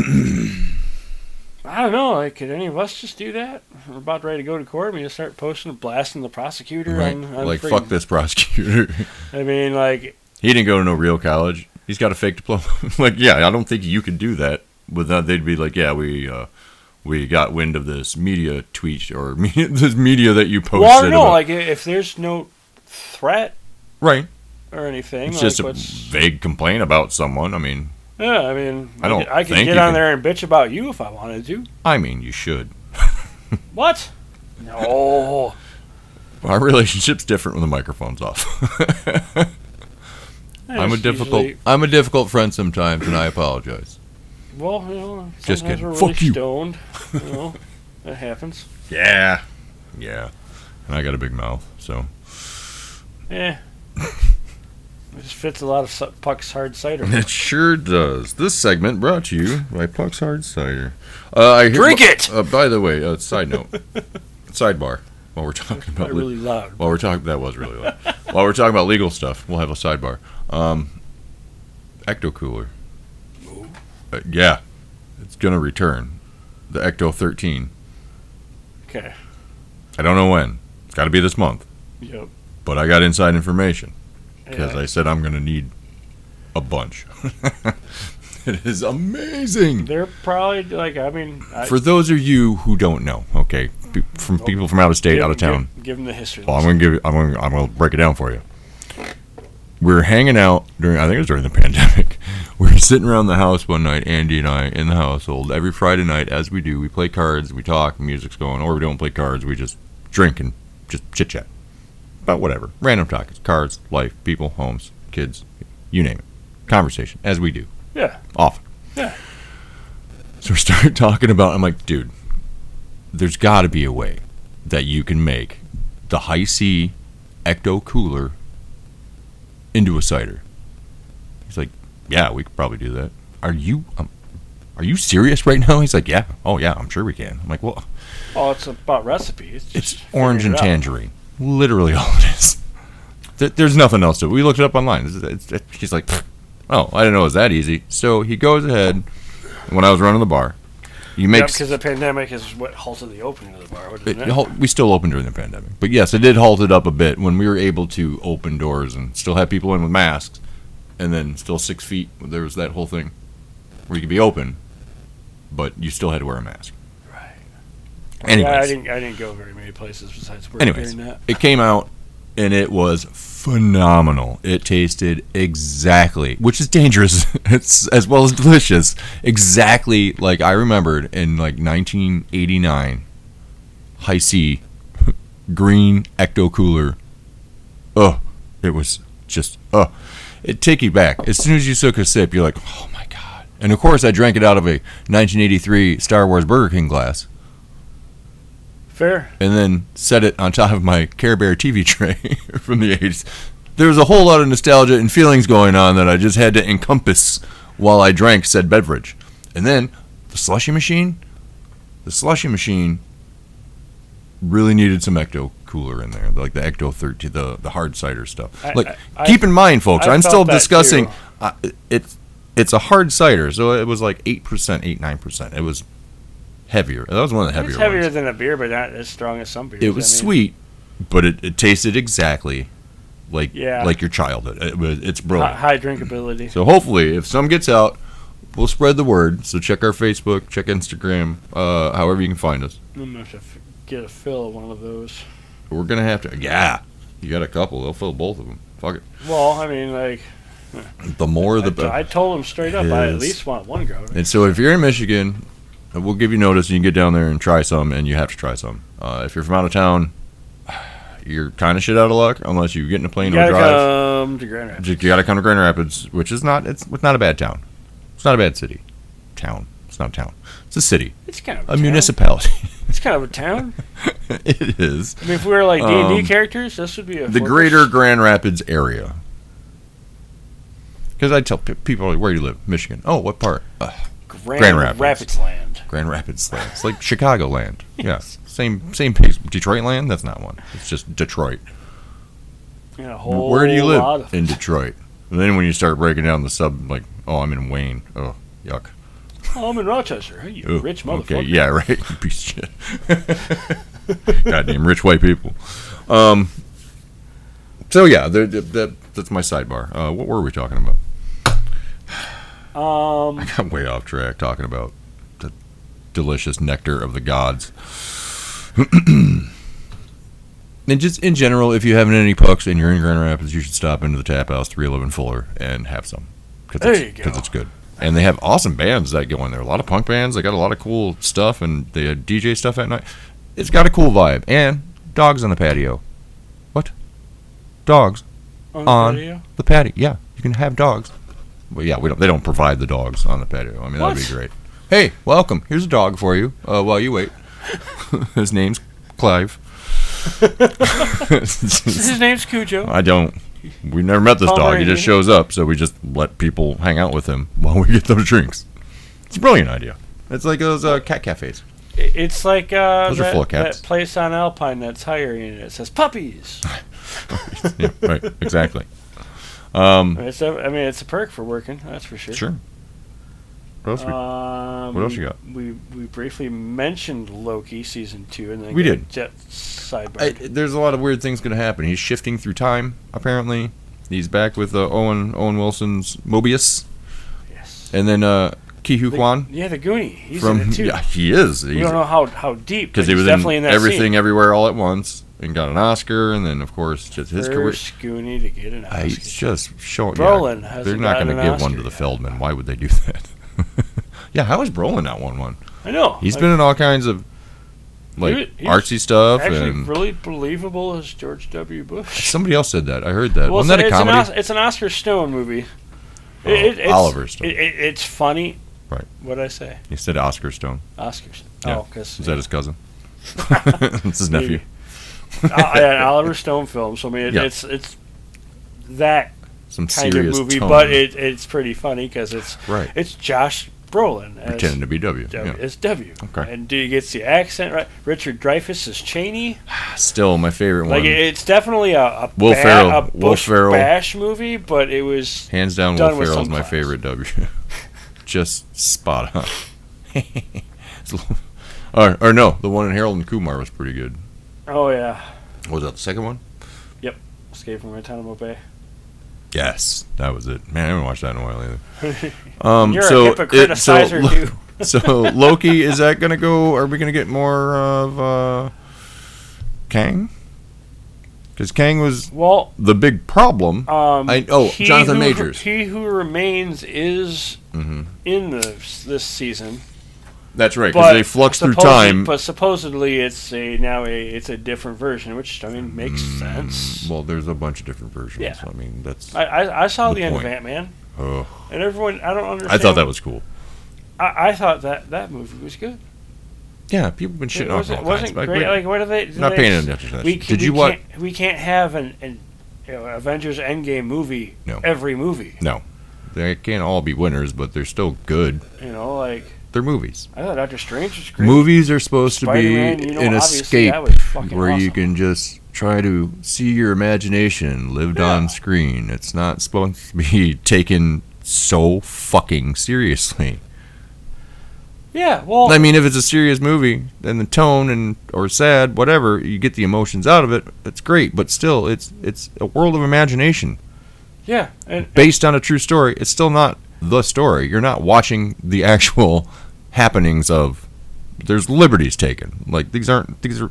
Speaker 7: I don't know. Like, could any of us just do that? We're about ready to go to court. and We just start posting, blasting the prosecutor.
Speaker 6: right.
Speaker 7: On, on
Speaker 6: like,
Speaker 7: friggin-
Speaker 6: fuck this prosecutor. [LAUGHS]
Speaker 7: I mean, like,
Speaker 6: he didn't go to no real college. He's got a fake diploma. [LAUGHS] like, yeah, I don't think you could do that. But then they'd be like, yeah, we uh, we got wind of this media tweet or [LAUGHS] media, this media that you posted.
Speaker 7: well, I don't know.
Speaker 6: about-
Speaker 7: Like, i- if there's no threat
Speaker 6: right.
Speaker 7: or anything,
Speaker 6: It's
Speaker 7: like,
Speaker 6: just a
Speaker 7: what's-
Speaker 6: vague complaint about someone. I mean,
Speaker 7: Yeah, I mean,
Speaker 6: I don't
Speaker 7: could, I could
Speaker 6: think
Speaker 7: get
Speaker 6: you
Speaker 7: on
Speaker 6: can-
Speaker 7: there and bitch about you if I wanted to.
Speaker 6: I mean, you should.
Speaker 7: What? No.
Speaker 6: Our [LAUGHS] relationship's different when the microphone's
Speaker 7: [LAUGHS]
Speaker 6: off. I'm a
Speaker 7: It's
Speaker 6: difficult.
Speaker 7: usually-
Speaker 6: I'm a difficult friend sometimes, and I apologize.
Speaker 7: well, you know,
Speaker 6: Just
Speaker 7: sometimes
Speaker 6: kidding.
Speaker 7: we're
Speaker 6: Fuck
Speaker 7: really
Speaker 6: you.
Speaker 7: stoned. You
Speaker 6: [LAUGHS]
Speaker 7: know, that happens.
Speaker 6: Yeah, yeah. And I got a big mouth, so
Speaker 7: Yeah. Eh. It just fits a lot of su- Puck's hard
Speaker 6: [LAUGHS]
Speaker 7: cider.
Speaker 6: [LAUGHS] it sure does. This segment brought to you by Puck's Hard Cider. Uh, I hear-
Speaker 7: Drink it!
Speaker 6: Uh, by the way, uh, side [LAUGHS] note, sidebar. While we're talking
Speaker 7: Not
Speaker 6: about
Speaker 7: really loud.
Speaker 6: While we're talking, that was
Speaker 7: [LAUGHS]
Speaker 6: really loud. While we're talking about legal stuff, we'll have a sidebar. Um, Ecto Cooler. Uh, yeah, it's gonna return. The Ecto 13.
Speaker 7: Okay.
Speaker 6: I don't know when. It's got to be this month.
Speaker 7: Yep.
Speaker 6: But I got inside information because
Speaker 7: Yeah.
Speaker 6: I said I'm gonna need a bunch. [LAUGHS] it is amazing.
Speaker 7: They're probably like I mean I,
Speaker 6: For those of you who don't know, okay, pe- from people from out of state,
Speaker 7: give-
Speaker 6: out of town.
Speaker 7: Give, give them the history.
Speaker 6: Well, I'm gonna give. you- I'm gonna. I'm gonna break it down for you. We were hanging out during. I think it was during the [LAUGHS] pandemic. We were sitting around the house one night, Andy and I, in the household every Friday night, as we do. We play cards, we talk, music's going, or we don't play cards. We just drink and just chit chat about whatever, random topics, cards, life, people, homes, kids, you name it, conversation, as we do
Speaker 7: yeah.
Speaker 6: often.
Speaker 7: Yeah.
Speaker 6: So we [LAUGHS] started talking about. I'm like, dude, there's got to be a way that you can make the high C ecto cooler into a cider. He's like, yeah, we could probably do that. Are you? Um, are you serious right now? He's like, yeah. Oh yeah, I'm sure we can. I'm like, well,
Speaker 7: Oh, it's about recipes. just
Speaker 6: it's
Speaker 7: figuring
Speaker 6: orange
Speaker 7: it
Speaker 6: and
Speaker 7: out.
Speaker 6: tangerine. Literally [LAUGHS] all it is. There- There's nothing else to it. We looked it up online. It's- it's- it- She's like, "Pfft, oh, I didn't know it was that easy. So he goes ahead. When I was running the bar, he
Speaker 7: Yep,
Speaker 6: makes.
Speaker 7: because the pandemic is what halted the opening of the bar, wasn't
Speaker 6: it
Speaker 7: it?
Speaker 6: hal- we still opened during the pandemic, but yes, it did halt it up a bit when we were able to open doors and still have people in with masks, and then still six feet. There was that whole thing where you could be open, but you still had to wear a mask.
Speaker 7: Right.
Speaker 6: Anyways,
Speaker 7: Yeah, I didn't. I didn't go very many places besides work
Speaker 6: Anyways.
Speaker 7: during that.
Speaker 6: It came out and it was phenomenal. It tasted exactly, which is dangerous [LAUGHS] it's, as well as delicious, exactly like I remembered in like 1989 high C [LAUGHS] green ecto cooler. Oh, it was just oh, it take you back. As soon as you took a sip, you're like, oh my god. And of course, I drank it out of a 1983 Star Wars Burger King glass
Speaker 7: Fair.
Speaker 6: and then set it on top of my Care Bear TV [LAUGHS] tray from the 80s. There was a whole lot of nostalgia and feelings going on that I just had to encompass while I drank said beverage. And then the slushy machine, the slushy machine really needed some ecto cooler in there, like the ecto 30, the, the hard cider stuff.
Speaker 7: I-
Speaker 6: like
Speaker 7: I-
Speaker 6: keep in mind folks,
Speaker 7: I
Speaker 6: I am
Speaker 7: felt
Speaker 6: still
Speaker 7: that
Speaker 6: discussing
Speaker 7: too.
Speaker 6: uh, it's it's a hard cider, so it was like 8%, 8 9%. It was heavier. That was one of the heavier
Speaker 7: it's heavier
Speaker 6: ones.
Speaker 7: than a beer, but not as strong as some beers.
Speaker 6: It was
Speaker 7: I mean,
Speaker 6: sweet, but it, it tasted exactly like
Speaker 7: Yeah.
Speaker 6: like your childhood. It was, it's
Speaker 7: hi-
Speaker 6: brilliant.
Speaker 7: High drinkability.
Speaker 6: So hopefully, if some gets out, we'll spread the word. So check our Facebook, check Instagram, uh, however you can find us.
Speaker 7: I'm gonna have to f- get a fill of one of those.
Speaker 6: We're gonna have to. Yeah, you got a couple. They'll fill both of them. Fuck it.
Speaker 7: Well, I mean, like
Speaker 6: The more,
Speaker 7: I
Speaker 6: the
Speaker 7: t-
Speaker 6: better.
Speaker 7: I told him straight up, I at
Speaker 6: Yes.
Speaker 7: least want one go.
Speaker 6: And so if you're in Michigan, uh, we'll give you notice and you can get down there and try some, and you have to try some. Uh, if you're from out of town, [SIGHS] you're kind of shit out of luck unless you get in a
Speaker 7: You
Speaker 6: plane or
Speaker 7: gotta
Speaker 6: drive.
Speaker 7: come to Grand Rapids.
Speaker 6: You got to come to Grand Rapids, which is not it's, it's not a bad town. It's not a bad city, town. It's not a town. It's a city,
Speaker 7: It's kind of
Speaker 6: a
Speaker 7: town.
Speaker 6: municipality. [LAUGHS]
Speaker 7: It's kind of a town.
Speaker 6: it is
Speaker 7: I mean, if we were like D and
Speaker 6: Um,
Speaker 7: D characters, this would be a
Speaker 6: the
Speaker 7: fortress.
Speaker 6: greater Grand Rapids area. Because I tell pe- people, where do you live? Michigan. Oh, what part? Ugh,
Speaker 7: Grand,
Speaker 6: Grand
Speaker 7: Rapids.
Speaker 6: Rapids.
Speaker 7: land.
Speaker 6: Grand Rapids land. It's like Chicago
Speaker 7: [LAUGHS]
Speaker 6: land. Yeah, same same place. Detroit land. That's not one. It's just Detroit.
Speaker 7: And a whole
Speaker 6: where do you
Speaker 7: lot
Speaker 6: live?
Speaker 7: of-
Speaker 6: In Detroit. And then when you start breaking down the sub, like, oh, I'm in Wayne. Oh, yuck.
Speaker 7: oh, I'm in Rochester. Hey, you
Speaker 6: Ooh,
Speaker 7: rich motherfucker.
Speaker 6: Okay, yeah, [LAUGHS] right. You Piece of shit. Goddamn rich white people. Um. So yeah, there- there- that that's my sidebar. Uh, what were we talking about? [LAUGHS]
Speaker 7: Um,
Speaker 6: I got way off track talking about the delicious nectar of the gods. [CLEARS THROAT] and just in general, if you haven't any pucks and you're in Grand Rapids, you should stop into the tap house 311 Fuller and have some. Cause
Speaker 7: There
Speaker 6: it's,
Speaker 7: you go.
Speaker 6: 'cause it's good. And they have awesome bands that go in there. A lot of punk bands. They got a lot of cool stuff and they have DJ stuff at night. It's got a cool vibe. And dogs on the patio. What? Dogs
Speaker 7: on, the
Speaker 6: On- [LAUGHS]
Speaker 7: patio?
Speaker 6: the patio. Yeah, you can have dogs. Well, yeah, we don't. They don't provide the dogs on the patio. I mean, that'd
Speaker 7: What?
Speaker 6: be great. Hey, welcome. Here's a dog for you. Uh, while you wait, [LAUGHS] his name's Clive. [LAUGHS]
Speaker 7: His name's Cujo.
Speaker 6: I don't. We've never met this
Speaker 7: Tom
Speaker 6: dog. He
Speaker 7: Brady.
Speaker 6: just shows up, so we just let people hang out with him while we get them drinks. It's a brilliant idea. It's like those uh, cat [LAUGHS] cafes.
Speaker 7: I- It's like uh,
Speaker 6: Those are
Speaker 7: that,
Speaker 6: full of cats.
Speaker 7: that place on Alpine that's hiring and it says puppies.
Speaker 6: Yeah, right. Exactly.
Speaker 7: I
Speaker 6: Um,
Speaker 7: mean, it's a, I mean, it's a perk for working. That's for sure.
Speaker 6: Sure. What else we-
Speaker 7: Um,
Speaker 6: What else you got?
Speaker 7: We we briefly mentioned Loki season two, and then
Speaker 6: We
Speaker 7: got
Speaker 6: did.
Speaker 7: jet sidebar.
Speaker 6: I, there's a lot of weird things going to happen. He's shifting through time, apparently. He's back with uh, Owen Owen Wilson's Mobius,
Speaker 7: yes.
Speaker 6: and then uh, Kihu
Speaker 7: The-
Speaker 6: Kwan
Speaker 7: Yeah, the Goonie. He's
Speaker 6: from
Speaker 7: in it too.
Speaker 6: [LAUGHS] yeah, he is
Speaker 7: we don't know how how deep
Speaker 6: because
Speaker 7: because
Speaker 6: he was in,
Speaker 7: definitely in, that
Speaker 6: everything,
Speaker 7: Scene.
Speaker 6: everywhere, all at once, and got an Oscar, and then of course just his career.
Speaker 7: First Goonie to get an
Speaker 6: I,
Speaker 7: Oscar.
Speaker 6: he's just showing.
Speaker 7: Brolin
Speaker 6: yeah,
Speaker 7: hasn't
Speaker 6: they're not
Speaker 7: gotten
Speaker 6: going to
Speaker 7: an
Speaker 6: give one
Speaker 7: Oscar
Speaker 6: to the
Speaker 7: yet.
Speaker 6: Feldman. Why would they do [LAUGHS] that? yeah, how is Brolin not won one?
Speaker 7: I know.
Speaker 6: He's
Speaker 7: Like,
Speaker 6: been in all kinds of like
Speaker 7: was- he was
Speaker 6: artsy stuff,
Speaker 7: actually
Speaker 6: and
Speaker 7: really believable as George W. Bush.
Speaker 6: somebody else said that. I heard that. [LAUGHS]
Speaker 7: well,
Speaker 6: Wasn't
Speaker 7: it's,
Speaker 6: that a
Speaker 7: it's, an
Speaker 6: comedy?
Speaker 7: Os- it's an Oscar Stone movie.
Speaker 6: Oh,
Speaker 7: it's,
Speaker 6: Oliver Stone.
Speaker 7: It, it, it's funny.
Speaker 6: Right.
Speaker 7: What would I say?
Speaker 6: He said Oscar Stone.
Speaker 7: Oscars.
Speaker 6: Yeah.
Speaker 7: Oh, because
Speaker 6: Is that his cousin? [LAUGHS] it's his nephew.
Speaker 7: an Oliver Stone film. So I mean, it,
Speaker 6: Yeah.
Speaker 7: it's it's that
Speaker 6: Some
Speaker 7: kind of
Speaker 6: serious
Speaker 7: movie,
Speaker 6: tone.
Speaker 7: but it, it's pretty funny because it's
Speaker 6: Right.
Speaker 7: it's Josh Brolin as
Speaker 6: pretending to be W.
Speaker 7: W,
Speaker 6: yeah.
Speaker 7: as W.
Speaker 6: Okay.
Speaker 7: And do you get the accent right? Richard Dreyfuss is Cheney.
Speaker 6: Still my favorite
Speaker 7: Like
Speaker 6: one,
Speaker 7: it's definitely a, a,
Speaker 6: Will
Speaker 7: ba-
Speaker 6: Ferrell.
Speaker 7: a
Speaker 6: Will
Speaker 7: Bush
Speaker 6: Ferrell.
Speaker 7: bash movie, but it was
Speaker 6: hands down. Will
Speaker 7: done with
Speaker 6: Ferrell's
Speaker 7: some
Speaker 6: my
Speaker 7: class.
Speaker 6: favorite W. [LAUGHS] Just spot
Speaker 7: [LAUGHS]
Speaker 6: on. It's a little- or, or no, the one in Harold and Kumar was pretty good.
Speaker 7: oh yeah,
Speaker 6: What was that the second one?
Speaker 7: Escape from Guantanamo Bay.
Speaker 6: Yes, that was it. Man, I haven't watched that in a while either.
Speaker 7: [LAUGHS]
Speaker 6: Um,
Speaker 7: You're
Speaker 6: so
Speaker 7: a hypocriticizer,
Speaker 6: It, so,
Speaker 7: dude.
Speaker 6: so Loki is that going to go? Are we going to get more of uh, Kang? Because Kang was
Speaker 7: Well,
Speaker 6: the big problem.
Speaker 7: um,
Speaker 6: I- oh,
Speaker 7: He
Speaker 6: Jonathan
Speaker 7: Who-
Speaker 6: Majors.
Speaker 7: He who remains is
Speaker 6: Mhm.
Speaker 7: in the, this season.
Speaker 6: That's right,
Speaker 7: but
Speaker 6: because they flux through
Speaker 7: supposedly-
Speaker 6: time.
Speaker 7: But supposedly it's a now a it's a different version, which I mean makes
Speaker 6: Mm,
Speaker 7: sense.
Speaker 6: Well, there's a bunch of different versions.
Speaker 7: Yeah.
Speaker 6: I mean, that's.
Speaker 7: I, I, I saw
Speaker 6: Good
Speaker 7: the end of
Speaker 6: point.
Speaker 7: Ant Man,
Speaker 6: oh.
Speaker 7: and everyone I don't understand.
Speaker 6: I thought that was cool.
Speaker 7: I, I thought that that movie was good.
Speaker 6: Yeah, people have been shitting
Speaker 7: It
Speaker 6: on
Speaker 7: wasn't,
Speaker 6: all
Speaker 7: wasn't
Speaker 6: kinds. Like,
Speaker 7: great.
Speaker 6: wait,
Speaker 7: Like what are they? do
Speaker 6: not
Speaker 7: they
Speaker 6: paying
Speaker 7: just-
Speaker 6: attention to that.
Speaker 7: We,
Speaker 6: shit.
Speaker 7: ca-
Speaker 6: Did
Speaker 7: we
Speaker 6: you watch?
Speaker 7: Can't, we can't have an, an you know, Avengers Endgame movie
Speaker 6: No.
Speaker 7: every movie.
Speaker 6: They can't all be winners, but they're still good.
Speaker 7: You know, like
Speaker 6: They're movies.
Speaker 7: I thought Doctor Strange was great.
Speaker 6: Movies are supposed to be
Speaker 7: Spider-Man, you know,
Speaker 6: an
Speaker 7: obviously
Speaker 6: escape
Speaker 7: that was fucking
Speaker 6: where you
Speaker 7: awesome.
Speaker 6: can just try to see your imagination lived
Speaker 7: Yeah.
Speaker 6: on screen. It's not supposed to be [LAUGHS] taken so fucking seriously.
Speaker 7: Yeah, well,
Speaker 6: I mean, if it's a serious movie, then the tone and or sad, whatever, you get the emotions out of it. That's great, but still, it's it's a world of imagination
Speaker 7: yeah, and
Speaker 6: based on a true story. It's still not the story. You're not watching the [LAUGHS] actual happenings of. There's liberties taken. Like these aren't these are.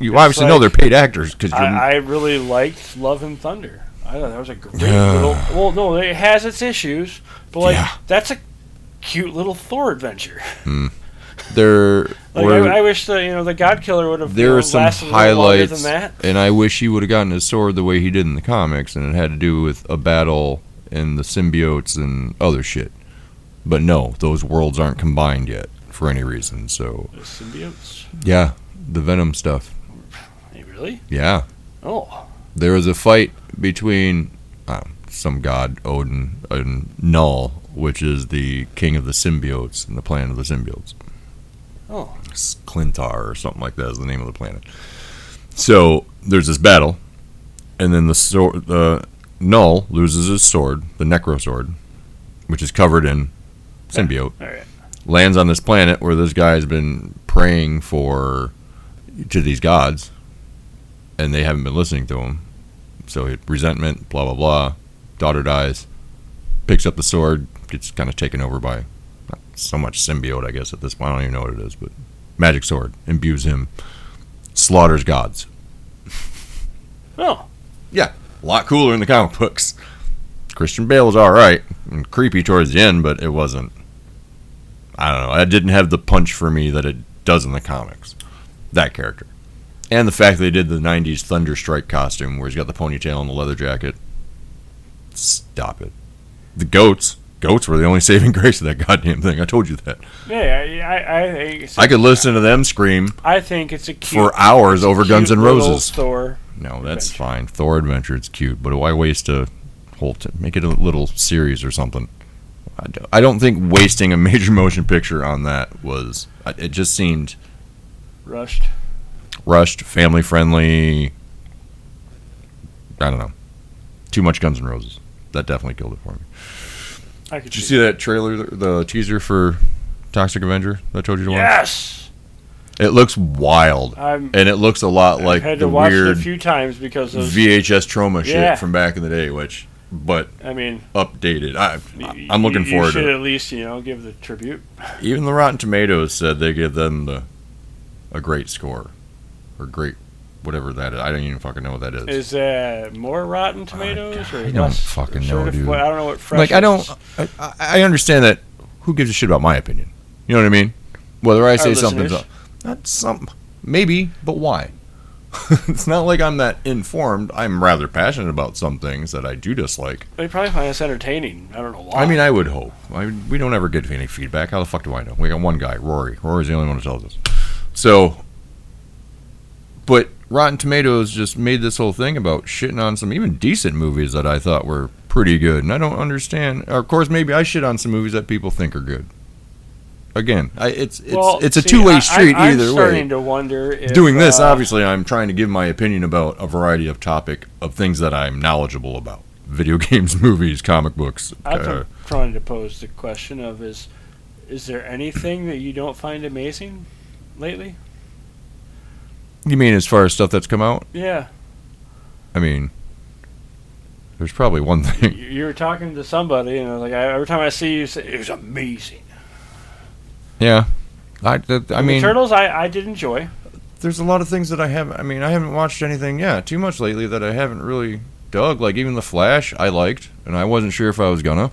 Speaker 6: You
Speaker 7: It's
Speaker 6: obviously know
Speaker 7: like-
Speaker 6: they're paid actors because you're.
Speaker 7: I, I really liked Love and Thunder. I thought that was a great
Speaker 6: Yeah.
Speaker 7: little. Well, no, it has its issues, but like
Speaker 6: Yeah.
Speaker 7: that's a cute little Thor adventure.
Speaker 6: they're
Speaker 7: Like
Speaker 6: were-
Speaker 7: I, I wish the you know the God Killer would have
Speaker 6: there
Speaker 7: you know,
Speaker 6: are some
Speaker 7: lasted a little longer
Speaker 6: highlights,
Speaker 7: than that.
Speaker 6: and I wish he would have gotten his sword the way he did in the comics, and it had to do with a battle and the symbiotes and other shit. But no, those worlds aren't combined yet for any reason. So
Speaker 7: The symbiotes.
Speaker 6: yeah, the Venom stuff.
Speaker 7: Hey, really?
Speaker 6: Yeah,
Speaker 7: Oh,
Speaker 6: there was a fight between uh, some god Odin and Null, which is the king of the symbiotes and the planet of the symbiotes.
Speaker 7: oh,
Speaker 6: S- Clintar or something like that is the name of the planet. So there's this battle, and then the sword, the Null loses his sword, the Necro Sword, which is covered in symbiote.
Speaker 7: all right.
Speaker 6: Lands on this planet where this guy's been praying for to these gods, and they haven't been listening to him. So he- resentment, blah blah blah. Daughter dies, picks up the sword, gets kind of taken over by not so much symbiote, I guess at this point. I don't even know what it is, but magic sword imbues him, slaughters gods.
Speaker 7: Oh,
Speaker 6: A lot cooler in the comic books. Christian Bale was all right and creepy towards the end, but it wasn't. I don't know. That didn't have the punch for me that it does in the comics. That character, and the fact that they did the '90s Thunderstrike costume, where he's got the ponytail and the leather jacket. Stop it. The goats. Goats were the only saving [LAUGHS] grace of that goddamn thing. I told you that.
Speaker 7: yeah. I, I, I, it's
Speaker 6: I could listen to them scream
Speaker 7: I think it's a cute
Speaker 6: for hours over
Speaker 7: cute
Speaker 6: Guns N'
Speaker 7: little
Speaker 6: Roses.
Speaker 7: Thor.
Speaker 6: No, that's
Speaker 7: Adventure.
Speaker 6: fine. Thor Adventure, it's cute, but why waste a whole? T- make it a little series or something. I don't, I don't think wasting a [LAUGHS] major motion picture on that was. I- It just seemed
Speaker 7: Rushed.
Speaker 6: rushed, family friendly. I don't know. Too much Guns N' Roses. That definitely killed it for me.
Speaker 7: I could
Speaker 6: Did you see that trailer, the teaser for Toxic Avenger that I told you to
Speaker 7: Yes,
Speaker 6: watch? It looks wild,
Speaker 7: I'm.
Speaker 6: and it looks a lot
Speaker 7: I've
Speaker 6: like
Speaker 7: had
Speaker 6: the
Speaker 7: to watch it
Speaker 6: weird
Speaker 7: a few times because those.
Speaker 6: VHS trauma
Speaker 7: Yeah.
Speaker 6: shit from back in the day, which, but
Speaker 7: I mean,
Speaker 6: updated. I,
Speaker 7: y-
Speaker 6: I'm looking
Speaker 7: you, you
Speaker 6: forward
Speaker 7: should
Speaker 6: to it.
Speaker 7: at least you know give the tribute.
Speaker 6: Even the Rotten Tomatoes said they give them the a great score or great whatever that is. I don't even fucking know what that is. Oh
Speaker 7: Is that more Rotten Tomatoes or
Speaker 6: I don't
Speaker 7: less?
Speaker 6: fucking
Speaker 7: sort
Speaker 6: know,
Speaker 7: of-
Speaker 6: dude.
Speaker 7: I don't know what fresh.
Speaker 6: like I don't.
Speaker 7: is.
Speaker 6: I, I I understand that. Who gives a shit about my opinion? You know what I mean? Whether I say
Speaker 7: Our
Speaker 6: something's
Speaker 7: listeners.
Speaker 6: up, that's some maybe, but why? [LAUGHS] it's not like I'm that informed. I'm rather passionate about some things that I do dislike.
Speaker 7: They probably find us entertaining. I don't know why.
Speaker 6: I mean, I would hope. I mean, we don't ever get any feedback. How the fuck do I know? We got one guy, Rory. Rory's the only one who tells us. So, but Rotten Tomatoes just made this whole thing about shitting on some even decent movies that I thought were pretty good, and I don't understand. Or, of course, maybe I shit on some movies that people think are good. Again, I, it's it's
Speaker 7: Well,
Speaker 6: it's a
Speaker 7: see,
Speaker 6: two
Speaker 7: I-
Speaker 6: way
Speaker 7: I-
Speaker 6: street
Speaker 7: I'm
Speaker 6: either
Speaker 7: starting
Speaker 6: way.
Speaker 7: to wonder if,
Speaker 6: Doing this,
Speaker 7: uh,
Speaker 6: obviously, I'm trying to give my opinion about a variety of topic of things that I'm knowledgeable about: video [LAUGHS] games, movies, comic books. uh,
Speaker 7: I've been trying to pose the question of is is there anything that you don't find amazing lately?
Speaker 6: You mean as far as stuff that's come out?
Speaker 7: Yeah,
Speaker 6: I mean, there's probably one [LAUGHS]
Speaker 7: you,
Speaker 6: thing.
Speaker 7: you were talking to somebody, and I was like, I, every time I see you, you, say, it was amazing.
Speaker 6: Yeah. I, that, I
Speaker 7: The
Speaker 6: mean,
Speaker 7: Turtles, I, I did enjoy.
Speaker 6: there's a lot of things that I haven't. I mean, I haven't watched anything, yeah, too much lately that I haven't really dug. Like, even The Flash, I liked, and I wasn't sure if I was gonna,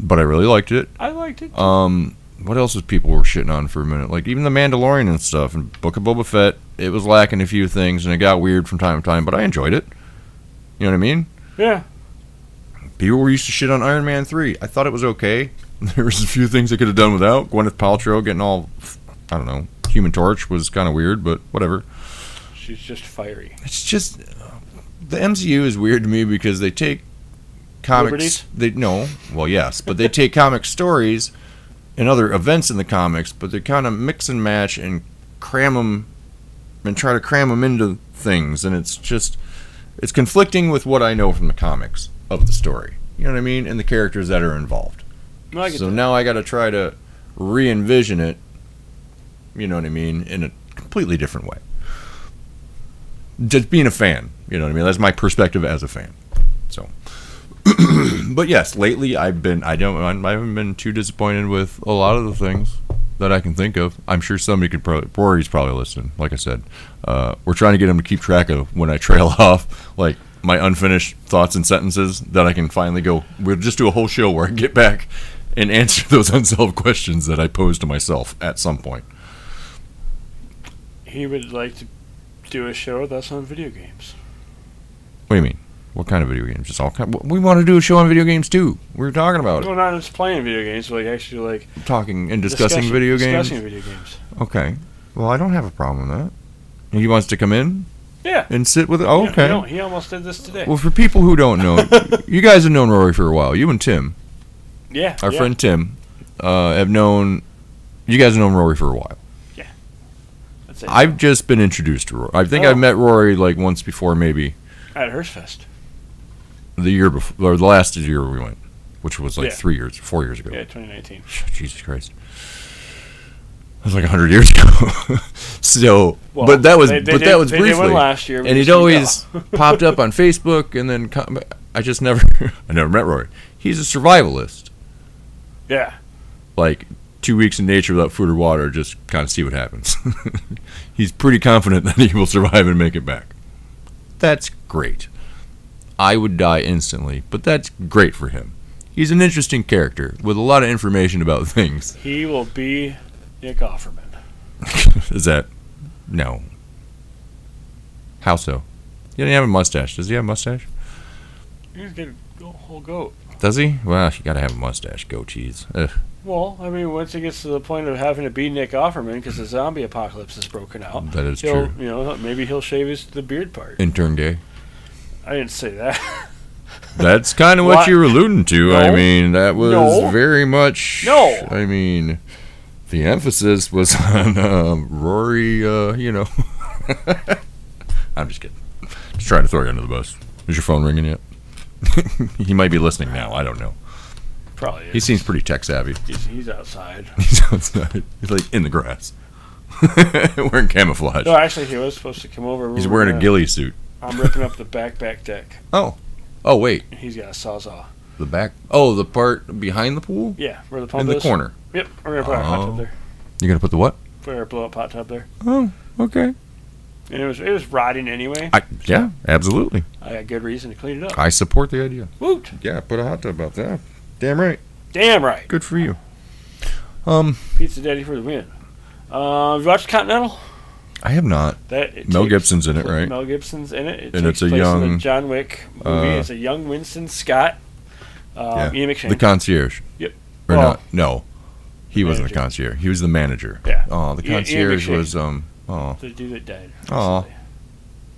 Speaker 6: but I really liked it.
Speaker 7: I liked it.
Speaker 6: Um, what else was people were shitting on for a minute? Like, even The Mandalorian and stuff, and Book of Boba Fett, it was lacking a few things, and it got weird from time to time, but I enjoyed it. You know what I mean?
Speaker 7: yeah,
Speaker 6: People were used to shit on Iron Man 3. I thought it was okay. [LAUGHS] There was a few things I could have done without. Gwyneth Paltrow getting all, I don't know, Human Torch was kind of weird, but whatever.
Speaker 7: she's just fiery.
Speaker 6: It's just, the MCU is weird to me because they take comics.
Speaker 7: Liberties?
Speaker 6: They No, well, yes, but they take comic stories and other events in the comics, but they kind of mix and match and cram them and try to cram them into things. And it's just, it's conflicting with what I know from the comics of the story. You know what I mean? And the characters that are involved
Speaker 7: No, I get
Speaker 6: so
Speaker 7: that.
Speaker 6: now I got to try to re-envision it. You know what I mean? In a completely different way. Just being a fan. You know what I mean? That's my perspective as a fan. So, [CLEARS THROAT] but yes, lately I've been. I don't. I haven't been too disappointed with a lot of the things that I can think of. I'm sure somebody could probably. Rory's probably listening. Like I said, uh, we're trying to get him to keep track of when I [LAUGHS] trail off. Like. My unfinished thoughts and sentences that I can finally go. We'll just do a whole show where I get back and answer [LAUGHS] those unsolved questions that I pose to myself at some point.
Speaker 7: He would like to do a show with us on video games.
Speaker 6: What do you mean? What kind of video games? Just all kind. we want to do a show on video games too. We were talking about it,
Speaker 7: Well, not just playing video games, but like actually like
Speaker 6: talking and discussing video games.
Speaker 7: Discussing video games.
Speaker 6: Okay. Well, I don't have a problem with that. He wants to come in
Speaker 7: Yeah.
Speaker 6: and sit with. Oh,
Speaker 7: Yeah,
Speaker 6: okay.
Speaker 7: He, al- he almost did this today.
Speaker 6: Well, for people who don't
Speaker 7: [LAUGHS]
Speaker 6: know, you guys have known Rory for a while. You and Tim,
Speaker 7: yeah.
Speaker 6: our
Speaker 7: yeah.
Speaker 6: friend Tim, uh, have known. You guys have known Rory for a while.
Speaker 7: That's it.
Speaker 6: I've just been introduced to Rory. I think I've
Speaker 7: Oh.
Speaker 6: met Rory like once before, maybe
Speaker 7: at Hurstfest.
Speaker 6: the year before, or the last year we went, which was like
Speaker 7: Yeah.
Speaker 6: three years, four years ago.
Speaker 7: Yeah, 2019.
Speaker 6: [SIGHS] Jesus Christ. That was like 100 years [LAUGHS] ago. so,
Speaker 7: Well,
Speaker 6: but that was
Speaker 7: they- they
Speaker 6: but
Speaker 7: did-
Speaker 6: that was
Speaker 7: they did
Speaker 6: briefly.
Speaker 7: one last year, but
Speaker 6: and
Speaker 7: they
Speaker 6: he'd
Speaker 7: seemed
Speaker 6: always
Speaker 7: off.
Speaker 6: popped
Speaker 7: [LAUGHS]
Speaker 6: up on Facebook and then com- I just never [LAUGHS] I never met Rory. He's a survivalist.
Speaker 7: Yeah.
Speaker 6: Like 2 weeks in nature without food or water just kind of see what happens. [LAUGHS] He's pretty confident [LAUGHS] that he will survive and make it back. That's great. I would die instantly, but that's great for him. He's an interesting character with a lot of information about [LAUGHS] things.
Speaker 7: He will be Nick Offerman.
Speaker 6: Is that no? How so? He doesn't have a mustache. Does he have a mustache?
Speaker 7: He's going to whole goat.
Speaker 6: Does he? Well, you gotta have a mustache. Go cheese. Ugh.
Speaker 7: Well, I mean, once it gets to the point of having to be Nick Offerman because the zombie apocalypse has broken out,
Speaker 6: That is
Speaker 7: he'll,
Speaker 6: true.
Speaker 7: you know, maybe he'll shave his the beard part.
Speaker 6: Intern gay.
Speaker 7: I didn't say that. [LAUGHS]
Speaker 6: That's kind of what,
Speaker 7: What?
Speaker 6: you were alluding to. I
Speaker 7: No.
Speaker 6: mean, that was
Speaker 7: No.
Speaker 6: very much.
Speaker 7: No.
Speaker 6: I mean, the emphasis was [LAUGHS] on um, Rory. Uh, you know. [LAUGHS] I'm just kidding. Just trying to throw you under the bus. Is your phone ringing yet? [LAUGHS] he might be listening now. I don't know.
Speaker 7: Probably.
Speaker 6: He seems pretty tech savvy. [LAUGHS]
Speaker 7: He's, he's outside.
Speaker 6: He's outside. He's like in the grass. [LAUGHS] wearing camouflage.
Speaker 7: No, actually, he was supposed to come over. We
Speaker 6: He's
Speaker 7: were
Speaker 6: wearing a
Speaker 7: gonna-
Speaker 6: ghillie suit.
Speaker 7: I'm ripping up the back back deck.
Speaker 6: Oh wait,
Speaker 7: He's got a sawzall.
Speaker 6: the back. Oh, the part behind the pool
Speaker 7: Yeah, where the pump
Speaker 6: in the
Speaker 7: is.
Speaker 6: corner.
Speaker 7: Yep, we're gonna put our hot
Speaker 6: Oh.
Speaker 7: tub there.
Speaker 6: You're gonna put the what?
Speaker 7: Put our blow up hot tub there.
Speaker 6: Okay.
Speaker 7: And it was it was rotting anyway.
Speaker 6: I yeah, absolutely.
Speaker 7: I got good reason to clean it up.
Speaker 6: I support the idea.
Speaker 7: Woot!
Speaker 6: Yeah, put a hot tub out there. Damn right.
Speaker 7: Damn right.
Speaker 6: Good for you. Um,
Speaker 7: Pizza Daddy for the win. Uh, you watched Continental?
Speaker 6: I have not.
Speaker 7: That it
Speaker 6: Mel
Speaker 7: takes-
Speaker 6: Gibson's in it, right?
Speaker 7: Mel Gibson's in it. it
Speaker 6: And
Speaker 7: takes
Speaker 6: it's a
Speaker 7: place in the
Speaker 6: young,
Speaker 7: John Wick movie.
Speaker 6: uh,
Speaker 7: it's a young Winston Scott. Um,
Speaker 6: yeah.
Speaker 7: Ian McShane.
Speaker 6: The concierge.
Speaker 7: Yep.
Speaker 6: Or
Speaker 7: Well,
Speaker 6: not? No, he wasn't the
Speaker 7: manager.
Speaker 6: concierge. He was the manager.
Speaker 7: Yeah.
Speaker 6: Oh, the
Speaker 7: Ian- Ian
Speaker 6: concierge
Speaker 7: McShane.
Speaker 6: was um. Oh,
Speaker 7: the dude that died.
Speaker 6: Aw.
Speaker 7: recently.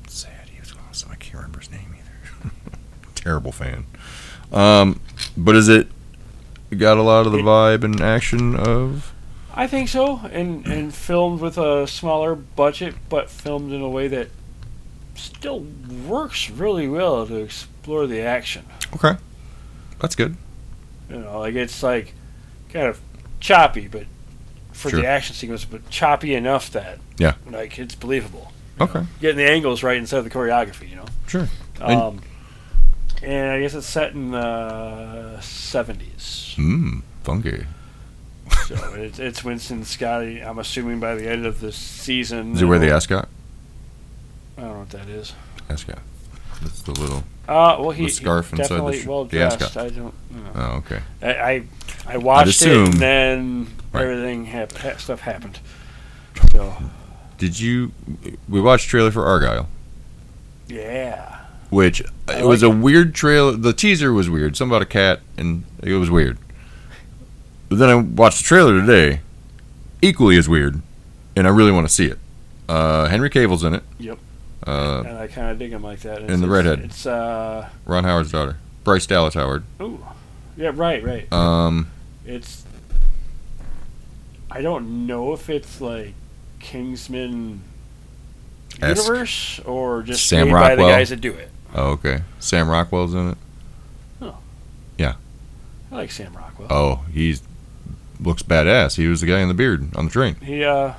Speaker 6: sad he was awesome. I can't remember his name either. [LAUGHS] Terrible fan. Um, but is it got a lot of the
Speaker 7: It-
Speaker 6: vibe and action of?
Speaker 7: I think so, and and filmed with a smaller budget, but filmed in a way that still works really well to explore the action.
Speaker 6: Okay, that's good.
Speaker 7: You know, like it's like kind of choppy, but for
Speaker 6: Sure.
Speaker 7: the action sequence, but choppy enough that
Speaker 6: Yeah.
Speaker 7: like it's believable.
Speaker 6: Okay,
Speaker 7: Getting the angles right instead of the choreography, you know.
Speaker 6: Sure. And-
Speaker 7: Um, and I guess it's set in the seventies,
Speaker 6: mmm, funky.
Speaker 7: so it's, it's Winston Scotty. I'm assuming by the end of the season,
Speaker 6: Is it where the
Speaker 7: it'll-
Speaker 6: ascot?
Speaker 7: I don't know what that is.
Speaker 6: Ascot. That's the little.
Speaker 7: Uh, well, he,
Speaker 6: The scarf
Speaker 7: he
Speaker 6: inside the
Speaker 7: definitely
Speaker 6: sh-
Speaker 7: well
Speaker 6: the ascot.
Speaker 7: dressed. I don't. No.
Speaker 6: Oh, okay.
Speaker 7: I, I I watched it,
Speaker 6: assume-
Speaker 7: and then
Speaker 6: Right.
Speaker 7: everything hap- ha- stuff happened. So
Speaker 6: Did you? We watched trailer for Argyle,
Speaker 7: yeah,
Speaker 6: which
Speaker 7: I
Speaker 6: it was
Speaker 7: like
Speaker 6: a weird trailer. The teaser was weird. Something about a cat, and it was weird. But then I watched the trailer today, equally as weird, and I really want to see it. Uh, Henry Cavill's in it.
Speaker 7: Yep.
Speaker 6: Uh,
Speaker 7: and I kind of dig him like that. It's-
Speaker 6: and the
Speaker 7: it's-
Speaker 6: redhead.
Speaker 7: It's uh,
Speaker 6: Ron Howard's daughter, Bryce Dallas Howard.
Speaker 7: ooh, yeah, right, right.
Speaker 6: Um,
Speaker 7: It's I don't know if it's like Kingsman
Speaker 6: Esque.
Speaker 7: universe or just
Speaker 6: Sam
Speaker 7: made by the
Speaker 6: Rockwell.
Speaker 7: guys that do it.
Speaker 6: oh, okay. Sam Rockwell's in it.
Speaker 7: I like Sam Rockwell.
Speaker 6: Oh, he's looks badass. He was the guy in the beard on the train.
Speaker 7: He uh,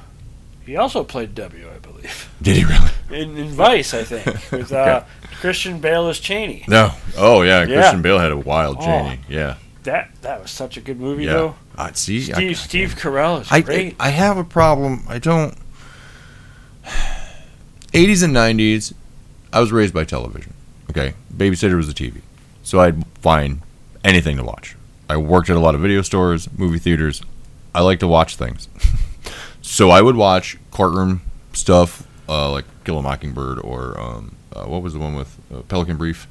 Speaker 7: he also played W, I believe. [LAUGHS]
Speaker 6: Did he really?
Speaker 7: in, in Vice, I think,
Speaker 6: [LAUGHS]
Speaker 7: with uh, Christian Bale as Cheney.
Speaker 6: No. Oh yeah,
Speaker 7: Yeah.
Speaker 6: Christian Bale had a wild
Speaker 7: Oh.
Speaker 6: Janie. Yeah.
Speaker 7: That that was such a good movie,
Speaker 6: Yeah.
Speaker 7: though.
Speaker 6: I Uh, see. I-
Speaker 7: Steve Steve Carell is
Speaker 6: I, I
Speaker 7: great.
Speaker 6: I have a problem. I don't. [SIGHS] 80s and 90s, I was raised by television. Okay, babysitter was the TV, so I'd find anything to watch. I worked at a lot of video stores, movie theaters. I like to watch things, [LAUGHS] so I would watch courtroom stuff uh, like Kill a Mockingbird or um, uh, what was the one with uh, Pelican Brief?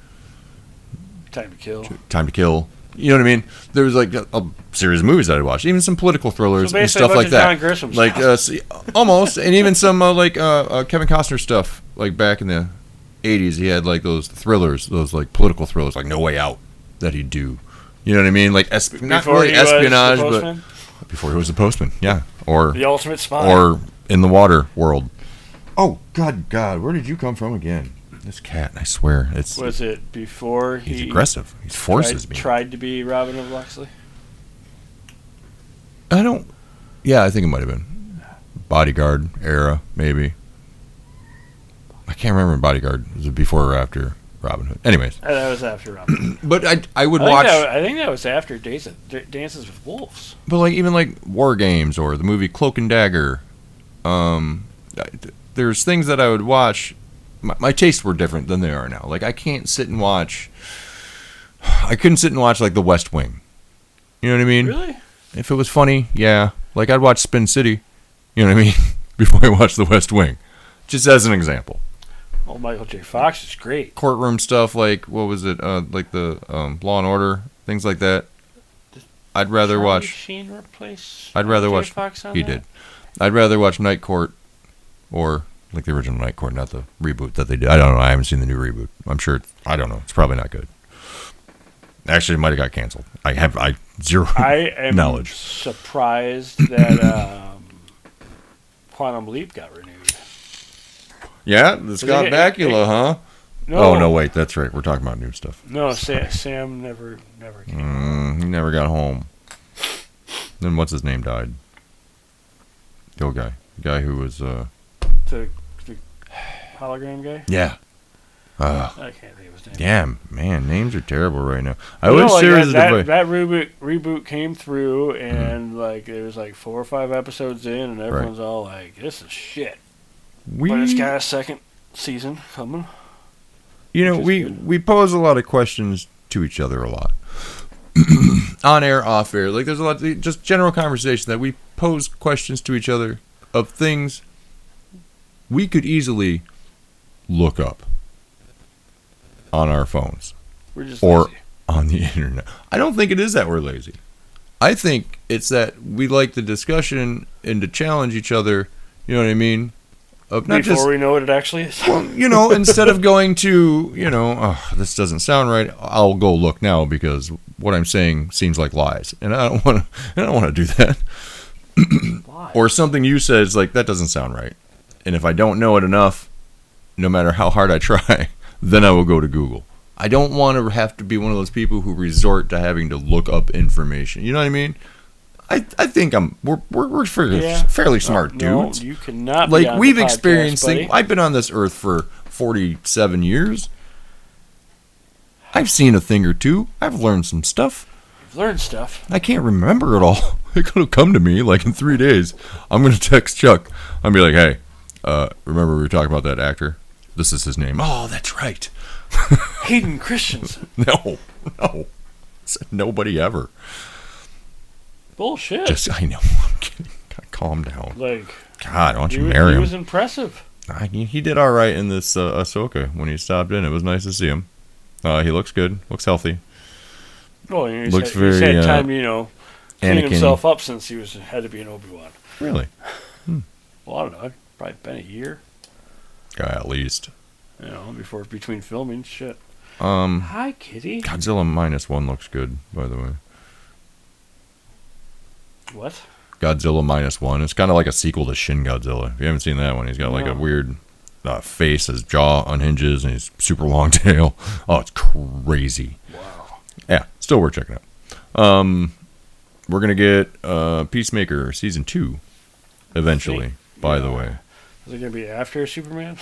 Speaker 7: Time to kill.
Speaker 6: Time to Kill. You know what I mean? There was like a, a series of movies that I watched, even some political thrillers
Speaker 7: So
Speaker 6: and
Speaker 7: basically
Speaker 6: stuff
Speaker 7: a bunch
Speaker 6: like
Speaker 7: of
Speaker 6: that.
Speaker 7: John Grisham
Speaker 6: like
Speaker 7: stuff.
Speaker 6: uh, see, almost, and even some uh, like uh, uh, Kevin Costner stuff. Like back in the '80s, he had like those thrillers, those like political thrillers, like No Way Out, that he'd do. You know what I mean? Like esp- uh, not
Speaker 7: Before
Speaker 6: really
Speaker 7: he was the
Speaker 6: espionage, but
Speaker 7: postman,
Speaker 6: before he was a postman, yeah, or
Speaker 7: the ultimate spy.
Speaker 6: or in the water world. Oh God, God, where did you come from again? This cat, I swear, it's
Speaker 7: was it before
Speaker 6: he's
Speaker 7: he
Speaker 6: aggressive. He forces
Speaker 7: tried,
Speaker 6: me.
Speaker 7: tried to be Robin of Locksley?
Speaker 6: I don't. Yeah, I think it might have been Bodyguard era, maybe. I can't remember Bodyguard. Was it before or after Robin Hood? Anyways,
Speaker 7: Uh, that was after Robin.
Speaker 6: but I I would
Speaker 7: I, think
Speaker 6: watch,
Speaker 7: that, I think that was after Days of, D- Dances with Wolves.
Speaker 6: but like even like War Games or the movie Cloak and Dagger. Um, I- th- there's things that I would watch. My, my tastes were different than they are now. Like I can't sit and watch. I couldn't sit and watch like The West Wing. You know what I mean?
Speaker 7: Really?
Speaker 6: If it was funny, yeah. Like I'd watch Spin City, you know what I mean, [LAUGHS] before I watched The West Wing. Just as an example.
Speaker 7: Well, Oh, Michael J. Fox is great.
Speaker 6: Courtroom stuff like what was it? Uh, like the um, Law and Order things like that. I'd rather
Speaker 7: Charlie
Speaker 6: watch.
Speaker 7: Sheen replace.
Speaker 6: I'd rather
Speaker 7: J.
Speaker 6: watch.
Speaker 7: Fox on
Speaker 6: He
Speaker 7: that?
Speaker 6: did. [LAUGHS] I'd rather watch Night Court, or like the original Night Court, not the reboot that they did. I don't know. I haven't seen the new reboot. I'm sure. It's, I don't know. It's probably not good. Actually, it might have got canceled. I have. I zero.
Speaker 7: I am
Speaker 6: Knowledge.
Speaker 7: surprised that um, Quantum Leap got renewed.
Speaker 6: [LAUGHS] yeah, the Scott
Speaker 7: it-
Speaker 6: Bakula, huh? Oh no, wait, that's right. We're talking about new stuff.
Speaker 7: No, Sam, Sam never, never came.
Speaker 6: Mm, he never got home. Then what's his name died? The old guy, the guy who was uh
Speaker 7: The, the hologram guy.
Speaker 6: yeah. Uh,
Speaker 7: I can't think of his name.
Speaker 6: damn, man, names are terrible right now. I
Speaker 7: No,
Speaker 6: wish
Speaker 7: like,
Speaker 6: there was a
Speaker 7: that,
Speaker 6: device.
Speaker 7: that, that reboot reboot came through,
Speaker 6: Hmm.
Speaker 7: and like there was like four or five episodes in, and everyone's all like, "This is shit,"
Speaker 6: we,
Speaker 7: but it's got a second season coming.
Speaker 6: you know,
Speaker 7: which is
Speaker 6: we we pose a lot of questions to each other a lot, [CLEARS THROAT] on air, off air. Like there's a lot, just general conversation that we pose questions to each other of things we could easily look up on our phones.
Speaker 7: We're just
Speaker 6: Or-
Speaker 7: lazy.
Speaker 6: on the [LAUGHS] internet. I don't think it is that we're lazy. I think it's that we like the discussion and to challenge each other. You know what I mean? Of not
Speaker 7: before
Speaker 6: just
Speaker 7: we know what it actually is. [LAUGHS]
Speaker 6: well, you know, instead of going to you know, oh, this doesn't sound right. I'll go look now because what I'm saying seems like lies, and I don't want to. [LAUGHS] I don't want to do that.
Speaker 7: Why?
Speaker 6: Or something you said is like that doesn't sound right, and if I don't know it enough, no matter how hard I try, [LAUGHS] then I will go to Google. I don't want to have to be one of those people who resort to having to look up information. You know what I mean? I, I think I'm we're we're, we're fairly,
Speaker 7: Yeah. Uh,
Speaker 6: fairly smart
Speaker 7: no,
Speaker 6: dudes
Speaker 7: you cannot. be on
Speaker 6: like
Speaker 7: the
Speaker 6: we've
Speaker 7: podcast,
Speaker 6: experienced
Speaker 7: buddy.
Speaker 6: things. I've been on this earth for 47 years. I've seen a thing or two. I've learned some stuff.
Speaker 7: I've learned stuff.
Speaker 6: I can't remember it all. [LAUGHS] It could have come to me like in three days. I'm gonna text Chuck. I'm be like, hey, uh, remember we were talking about that actor? This is his name. Oh, that's right. [LAUGHS]
Speaker 7: Hayden Christensen.
Speaker 6: No, no, Said nobody
Speaker 7: [LAUGHS]
Speaker 6: ever. [LAUGHS]
Speaker 7: Bullshit.
Speaker 6: Just I know. [LAUGHS] I'm kidding. God, calm down.
Speaker 7: like
Speaker 6: God, why don't
Speaker 7: he,
Speaker 6: you
Speaker 7: was-
Speaker 6: marry
Speaker 7: he
Speaker 6: him?
Speaker 7: was impressive.
Speaker 6: I, he he did all right in this uh, Ahsoka when he stopped in. It was nice to see him. Uh, he looks good. Looks healthy.
Speaker 7: Well, you know, he's
Speaker 6: Looks
Speaker 7: had, he's
Speaker 6: very,
Speaker 7: had
Speaker 6: uh,
Speaker 7: time, you know, clean
Speaker 6: Anakin.
Speaker 7: himself up since he was had to be an Obi Wan.
Speaker 6: Really?
Speaker 7: Well, I don't know. Probably been a year,
Speaker 6: Guy at least.
Speaker 7: you know, before between filming shit.
Speaker 6: Um,
Speaker 7: Hi, kitty.
Speaker 6: Godzilla minus one looks good. By the way,
Speaker 7: What?
Speaker 6: Godzilla minus one. It's kind of like a sequel to Shin Godzilla. If you haven't seen that one, he's got like
Speaker 7: No.
Speaker 6: a weird uh, face. His jaw unhinges and his super long [LAUGHS] tail. Oh, it's crazy.
Speaker 7: Wow.
Speaker 6: Yeah, still worth checking out. Um, we're gonna get uh, Peacemaker season two eventually. By the way.
Speaker 7: Is it gonna be after Superman?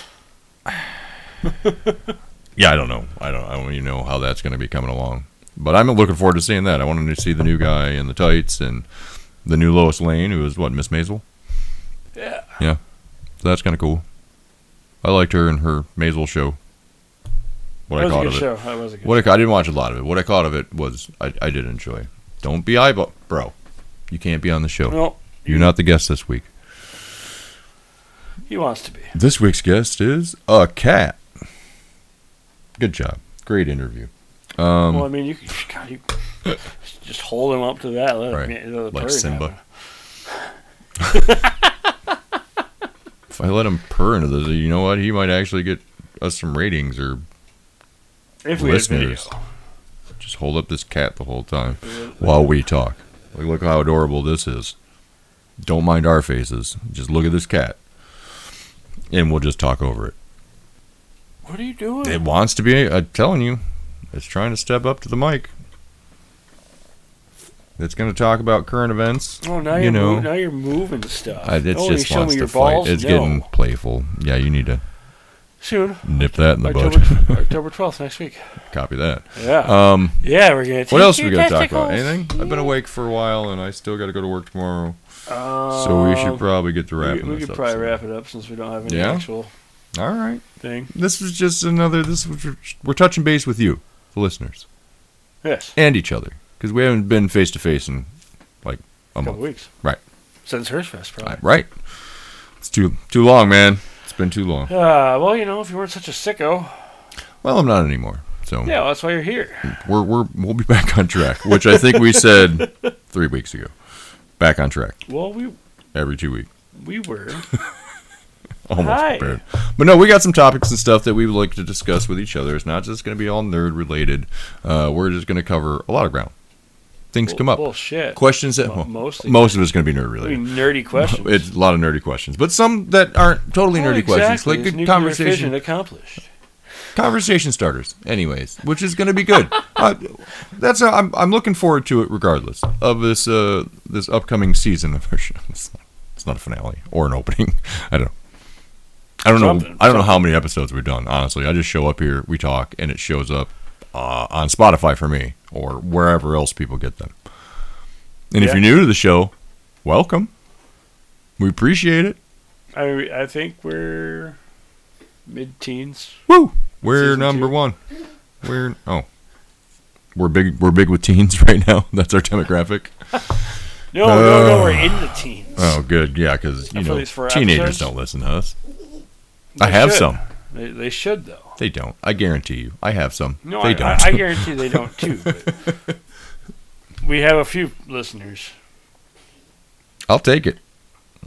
Speaker 6: yeah, I don't know. I don't. I don't even know how that's going to be coming along. But I'm looking forward to seeing that. I wanted to see the new guy in the tights and the new Lois Lane, who is what Miss Maisel.
Speaker 7: Yeah.
Speaker 6: Yeah, so that's kind of cool. I liked her and her Maisel show. What
Speaker 7: that
Speaker 6: I
Speaker 7: was a
Speaker 6: caught
Speaker 7: good
Speaker 6: of it.
Speaker 7: show. That was a good.
Speaker 6: What I, ca- I didn't watch a lot of it. What I caught of it was I, I did enjoy. Don't be eyeball, bro. You can't be on the show.
Speaker 7: show. No,
Speaker 6: You're not the guest this week.
Speaker 7: he wants to be.
Speaker 6: This week's guest is a cat. Good job. Great interview. Um,
Speaker 7: well, I mean, you, can, [LAUGHS] God, you [LAUGHS] just hold him up to that. Let
Speaker 6: Right.
Speaker 7: him get into the
Speaker 6: Like
Speaker 7: bird
Speaker 6: Simba.
Speaker 7: habit.
Speaker 6: if I let him purr into this, you know what? He might actually get us some ratings or
Speaker 7: If we had video.
Speaker 6: Listeners. just hold up this cat the whole time while we talk. Like, look how adorable this is. Don't mind our faces. Just look at this cat. And we'll just talk over it.
Speaker 7: What are you doing?
Speaker 6: It wants to be, I'm telling you, it's trying to step up to the mic. It's going to talk about current events.
Speaker 7: oh, now
Speaker 6: you
Speaker 7: you're
Speaker 6: know.
Speaker 7: mo- now you're moving stuff.
Speaker 6: I, it
Speaker 7: oh, you
Speaker 6: just
Speaker 7: show
Speaker 6: wants
Speaker 7: me
Speaker 6: to
Speaker 7: your
Speaker 6: fight.
Speaker 7: balls.
Speaker 6: It's
Speaker 7: no.
Speaker 6: getting playful. Yeah, you need to
Speaker 7: soon.
Speaker 6: nip that in the
Speaker 7: October,
Speaker 6: bud.
Speaker 7: October 12th next week.
Speaker 6: [LAUGHS] Copy that.
Speaker 7: Yeah.
Speaker 6: Um,
Speaker 7: yeah, we're gonna.
Speaker 6: what
Speaker 7: take
Speaker 6: else are
Speaker 7: your
Speaker 6: we going to talk about?
Speaker 7: testicles.
Speaker 6: Anything? I've been awake for a while and I still got to go to work tomorrow.
Speaker 7: Um,
Speaker 6: So Uh, we should probably get to
Speaker 7: we-
Speaker 6: wrapping
Speaker 7: We,
Speaker 6: this
Speaker 7: could
Speaker 6: up.
Speaker 7: probably
Speaker 6: soon.
Speaker 7: wrap it up since we don't have any
Speaker 6: Yeah?
Speaker 7: actual
Speaker 6: All right.
Speaker 7: thing.
Speaker 6: This was just another. This was, we're touching base with you, the listeners,
Speaker 7: Yes.
Speaker 6: and each other because we haven't been face to face in like a
Speaker 7: couple
Speaker 6: month.
Speaker 7: weeks.
Speaker 6: Right.
Speaker 7: Since Hirschfest, probably.
Speaker 6: Right. right. It's too too long, man. It's been too long.
Speaker 7: Uh, well, you know, if you weren't such a sicko,
Speaker 6: Well, I'm not anymore. So
Speaker 7: yeah, well, that's why you're here.
Speaker 6: we're we're we'll be [LAUGHS] back on track, which I think we said three weeks ago. Back on track
Speaker 7: Well, we
Speaker 6: every two weeks.
Speaker 7: we
Speaker 6: [LAUGHS]
Speaker 7: were.
Speaker 6: Almost
Speaker 7: Hi.
Speaker 6: prepared. But no, we got some topics and stuff that we would like to discuss with each other. It's not just going to be all nerd related. Uh, we're just going to cover a lot of ground. Things come up.
Speaker 7: Bullshit.
Speaker 6: questions that
Speaker 7: Mo-
Speaker 6: well,
Speaker 7: mostly.
Speaker 6: most of it's going to be nerd
Speaker 7: I
Speaker 6: related.
Speaker 7: mean, nerdy questions.
Speaker 6: [LAUGHS] It's a lot of nerdy questions, but some that aren't totally
Speaker 7: Oh,
Speaker 6: nerdy
Speaker 7: exactly.
Speaker 6: questions, like
Speaker 7: it's
Speaker 6: good
Speaker 7: nuclear fission
Speaker 6: conversation
Speaker 7: accomplished.
Speaker 6: conversation starters. Anyways, which is going to be good. uh, that's how I'm I'm looking forward to it, regardless of this uh this upcoming season of our show. [LAUGHS] It's not, it's not a finale or an opening. [LAUGHS] I don't. know. I don't know.
Speaker 7: Something,
Speaker 6: I don't know how many episodes we've done. Honestly, I just show up here, we talk, and it shows up uh, on Spotify for me or wherever else people get them. And if
Speaker 7: Yeah.
Speaker 6: you're new to the show, welcome. We appreciate it.
Speaker 7: I mean, I think we're mid-teens.
Speaker 6: Woo! We're
Speaker 7: Season
Speaker 6: number
Speaker 7: two.
Speaker 6: one. We're oh, we're big. We're big with teens [LAUGHS] right now. That's our demographic.
Speaker 7: No, no, no, we're in the teens.
Speaker 6: Uh, Oh, good. Yeah, because you
Speaker 7: For
Speaker 6: know
Speaker 7: these four
Speaker 6: teenagers
Speaker 7: episodes?
Speaker 6: don't listen to us.
Speaker 7: They
Speaker 6: I have
Speaker 7: should.
Speaker 6: some.
Speaker 7: They, they should though.
Speaker 6: They don't. I guarantee you. I have some.
Speaker 7: No,
Speaker 6: they
Speaker 7: I,
Speaker 6: don't.
Speaker 7: I, I guarantee they don't too. but
Speaker 6: [LAUGHS]
Speaker 7: we have a few listeners.
Speaker 6: I'll take it.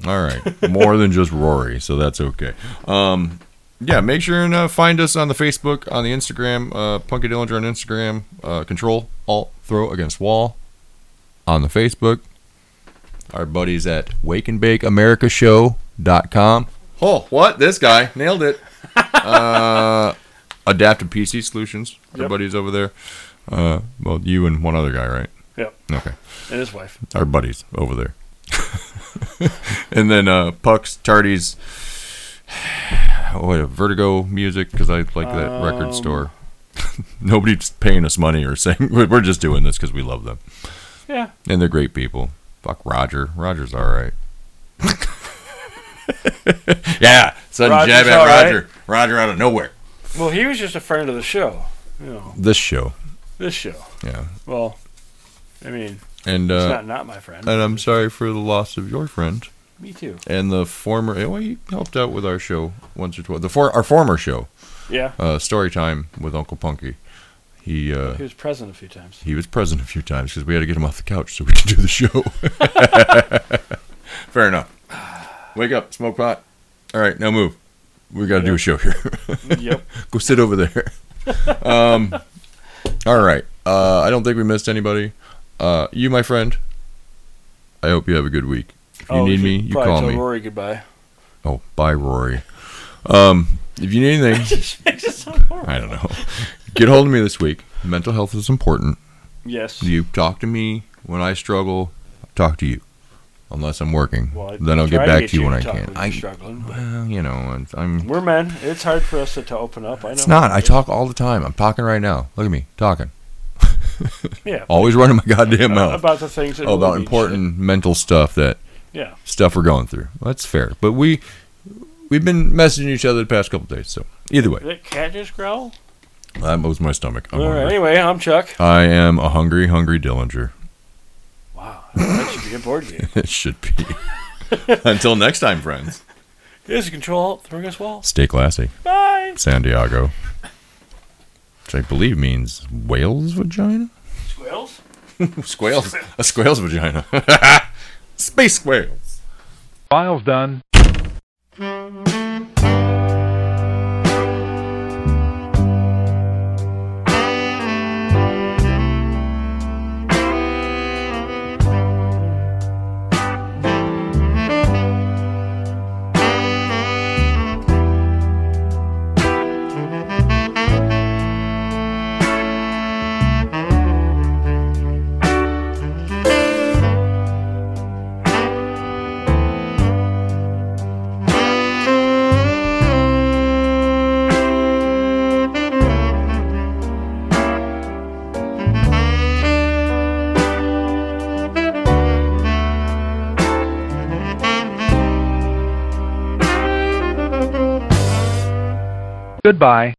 Speaker 6: All right. More than just Rory, so that's okay. Um, yeah, make sure and uh, find us on the Facebook, on the Instagram, uh, Punky Dillinger on Instagram, uh, Control Alt Throw Against Wall on the Facebook. Our buddies at Wake and Bake America Show.com. Oh, what? This guy nailed
Speaker 7: [LAUGHS]
Speaker 6: it. uh, Adaptive PC Solutions. Our
Speaker 7: Yep.
Speaker 6: buddies over there. Uh, well, you and one other guy, right?
Speaker 7: Yep.
Speaker 6: Okay
Speaker 7: and his wife.
Speaker 6: our buddies over there. [LAUGHS] and then uh, Pucks, Tardies, [SIGHS] oh, wait, Vertigo Music because I like that
Speaker 7: Um,
Speaker 6: record store. [LAUGHS] Nobody's paying us money or [LAUGHS] saying we're we're just doing this because we love them
Speaker 7: Yeah.
Speaker 6: and they're great people. Fuck Roger, Roger's all right. [LAUGHS] yeah, sudden
Speaker 7: Roger's
Speaker 6: jab
Speaker 7: all
Speaker 6: at
Speaker 7: right.
Speaker 6: Roger, Roger out of nowhere.
Speaker 7: Well, he was just a friend of the show. You know,
Speaker 6: This show,
Speaker 7: this show.
Speaker 6: yeah,
Speaker 7: Well, I mean,
Speaker 6: and
Speaker 7: it's
Speaker 6: uh,
Speaker 7: not not my friend.
Speaker 6: and I'm sorry for the loss of your friend.
Speaker 7: Me too.
Speaker 6: and the former well, he helped out with our show once or twice. The for our former show,
Speaker 7: Yeah.
Speaker 6: uh, story time with Uncle Punky. He uh,
Speaker 7: He was present a
Speaker 6: [LAUGHS]
Speaker 7: few times.
Speaker 6: he was present a few times because we had to get him off the couch so we could do the show. [LAUGHS] Fair enough. Wake up, smoke pot. All right, now move. We got to do a show here. [LAUGHS]
Speaker 7: yep.
Speaker 6: Go sit over there. [LAUGHS] um, all right. Uh, I don't think we missed anybody. Uh, you, my friend. I hope you have a good week. If you
Speaker 7: Oh, we
Speaker 6: need
Speaker 7: should
Speaker 6: me, you
Speaker 7: probably
Speaker 6: call
Speaker 7: tell
Speaker 6: me.
Speaker 7: Rory goodbye.
Speaker 6: Oh, bye, Rory. Um, if you need
Speaker 7: [LAUGHS]
Speaker 6: anything, I don't know. Get hold of me this week. Mental health is important.
Speaker 7: Yes.
Speaker 6: You talk to me when I struggle. I talk to you, unless I'm working.
Speaker 7: Well, I
Speaker 6: then I'll get
Speaker 7: try
Speaker 6: back to, you
Speaker 7: to
Speaker 6: when I
Speaker 7: talk
Speaker 6: can.
Speaker 7: you're
Speaker 6: I,
Speaker 7: struggling. but
Speaker 6: well, you know, it's- I'm.
Speaker 7: We're men. It's hard for us to, to open up. I know.
Speaker 6: It's not. I talk all the time. I'm talking right now. Look at me talking. [LAUGHS]
Speaker 7: Yeah.
Speaker 6: Always running my goddamn
Speaker 7: about,
Speaker 6: mouth
Speaker 7: about the things that
Speaker 6: about
Speaker 7: we-
Speaker 6: important mental stuff that
Speaker 7: Yeah.
Speaker 6: stuff we're going through. That's fair. But we we've been messaging each other the past couple days. So either way,
Speaker 7: Did that cat just growl?
Speaker 6: that was my stomach. I'm
Speaker 7: All
Speaker 6: hungry.
Speaker 7: right. Anyway, I'm Chuck.
Speaker 6: I am a hungry, hungry Dillinger. [LAUGHS]
Speaker 7: Wow. That should be a board [LAUGHS] game.
Speaker 6: It should be. Until next time, friends.
Speaker 7: Here's a control. Throw against wall.
Speaker 6: Stay classy,
Speaker 7: Bye.
Speaker 6: San Diego. which I believe means whale's vagina.
Speaker 7: Squills?
Speaker 6: Squales, a squale's vagina. [LAUGHS] Space squales.
Speaker 1: Files done. Goodbye.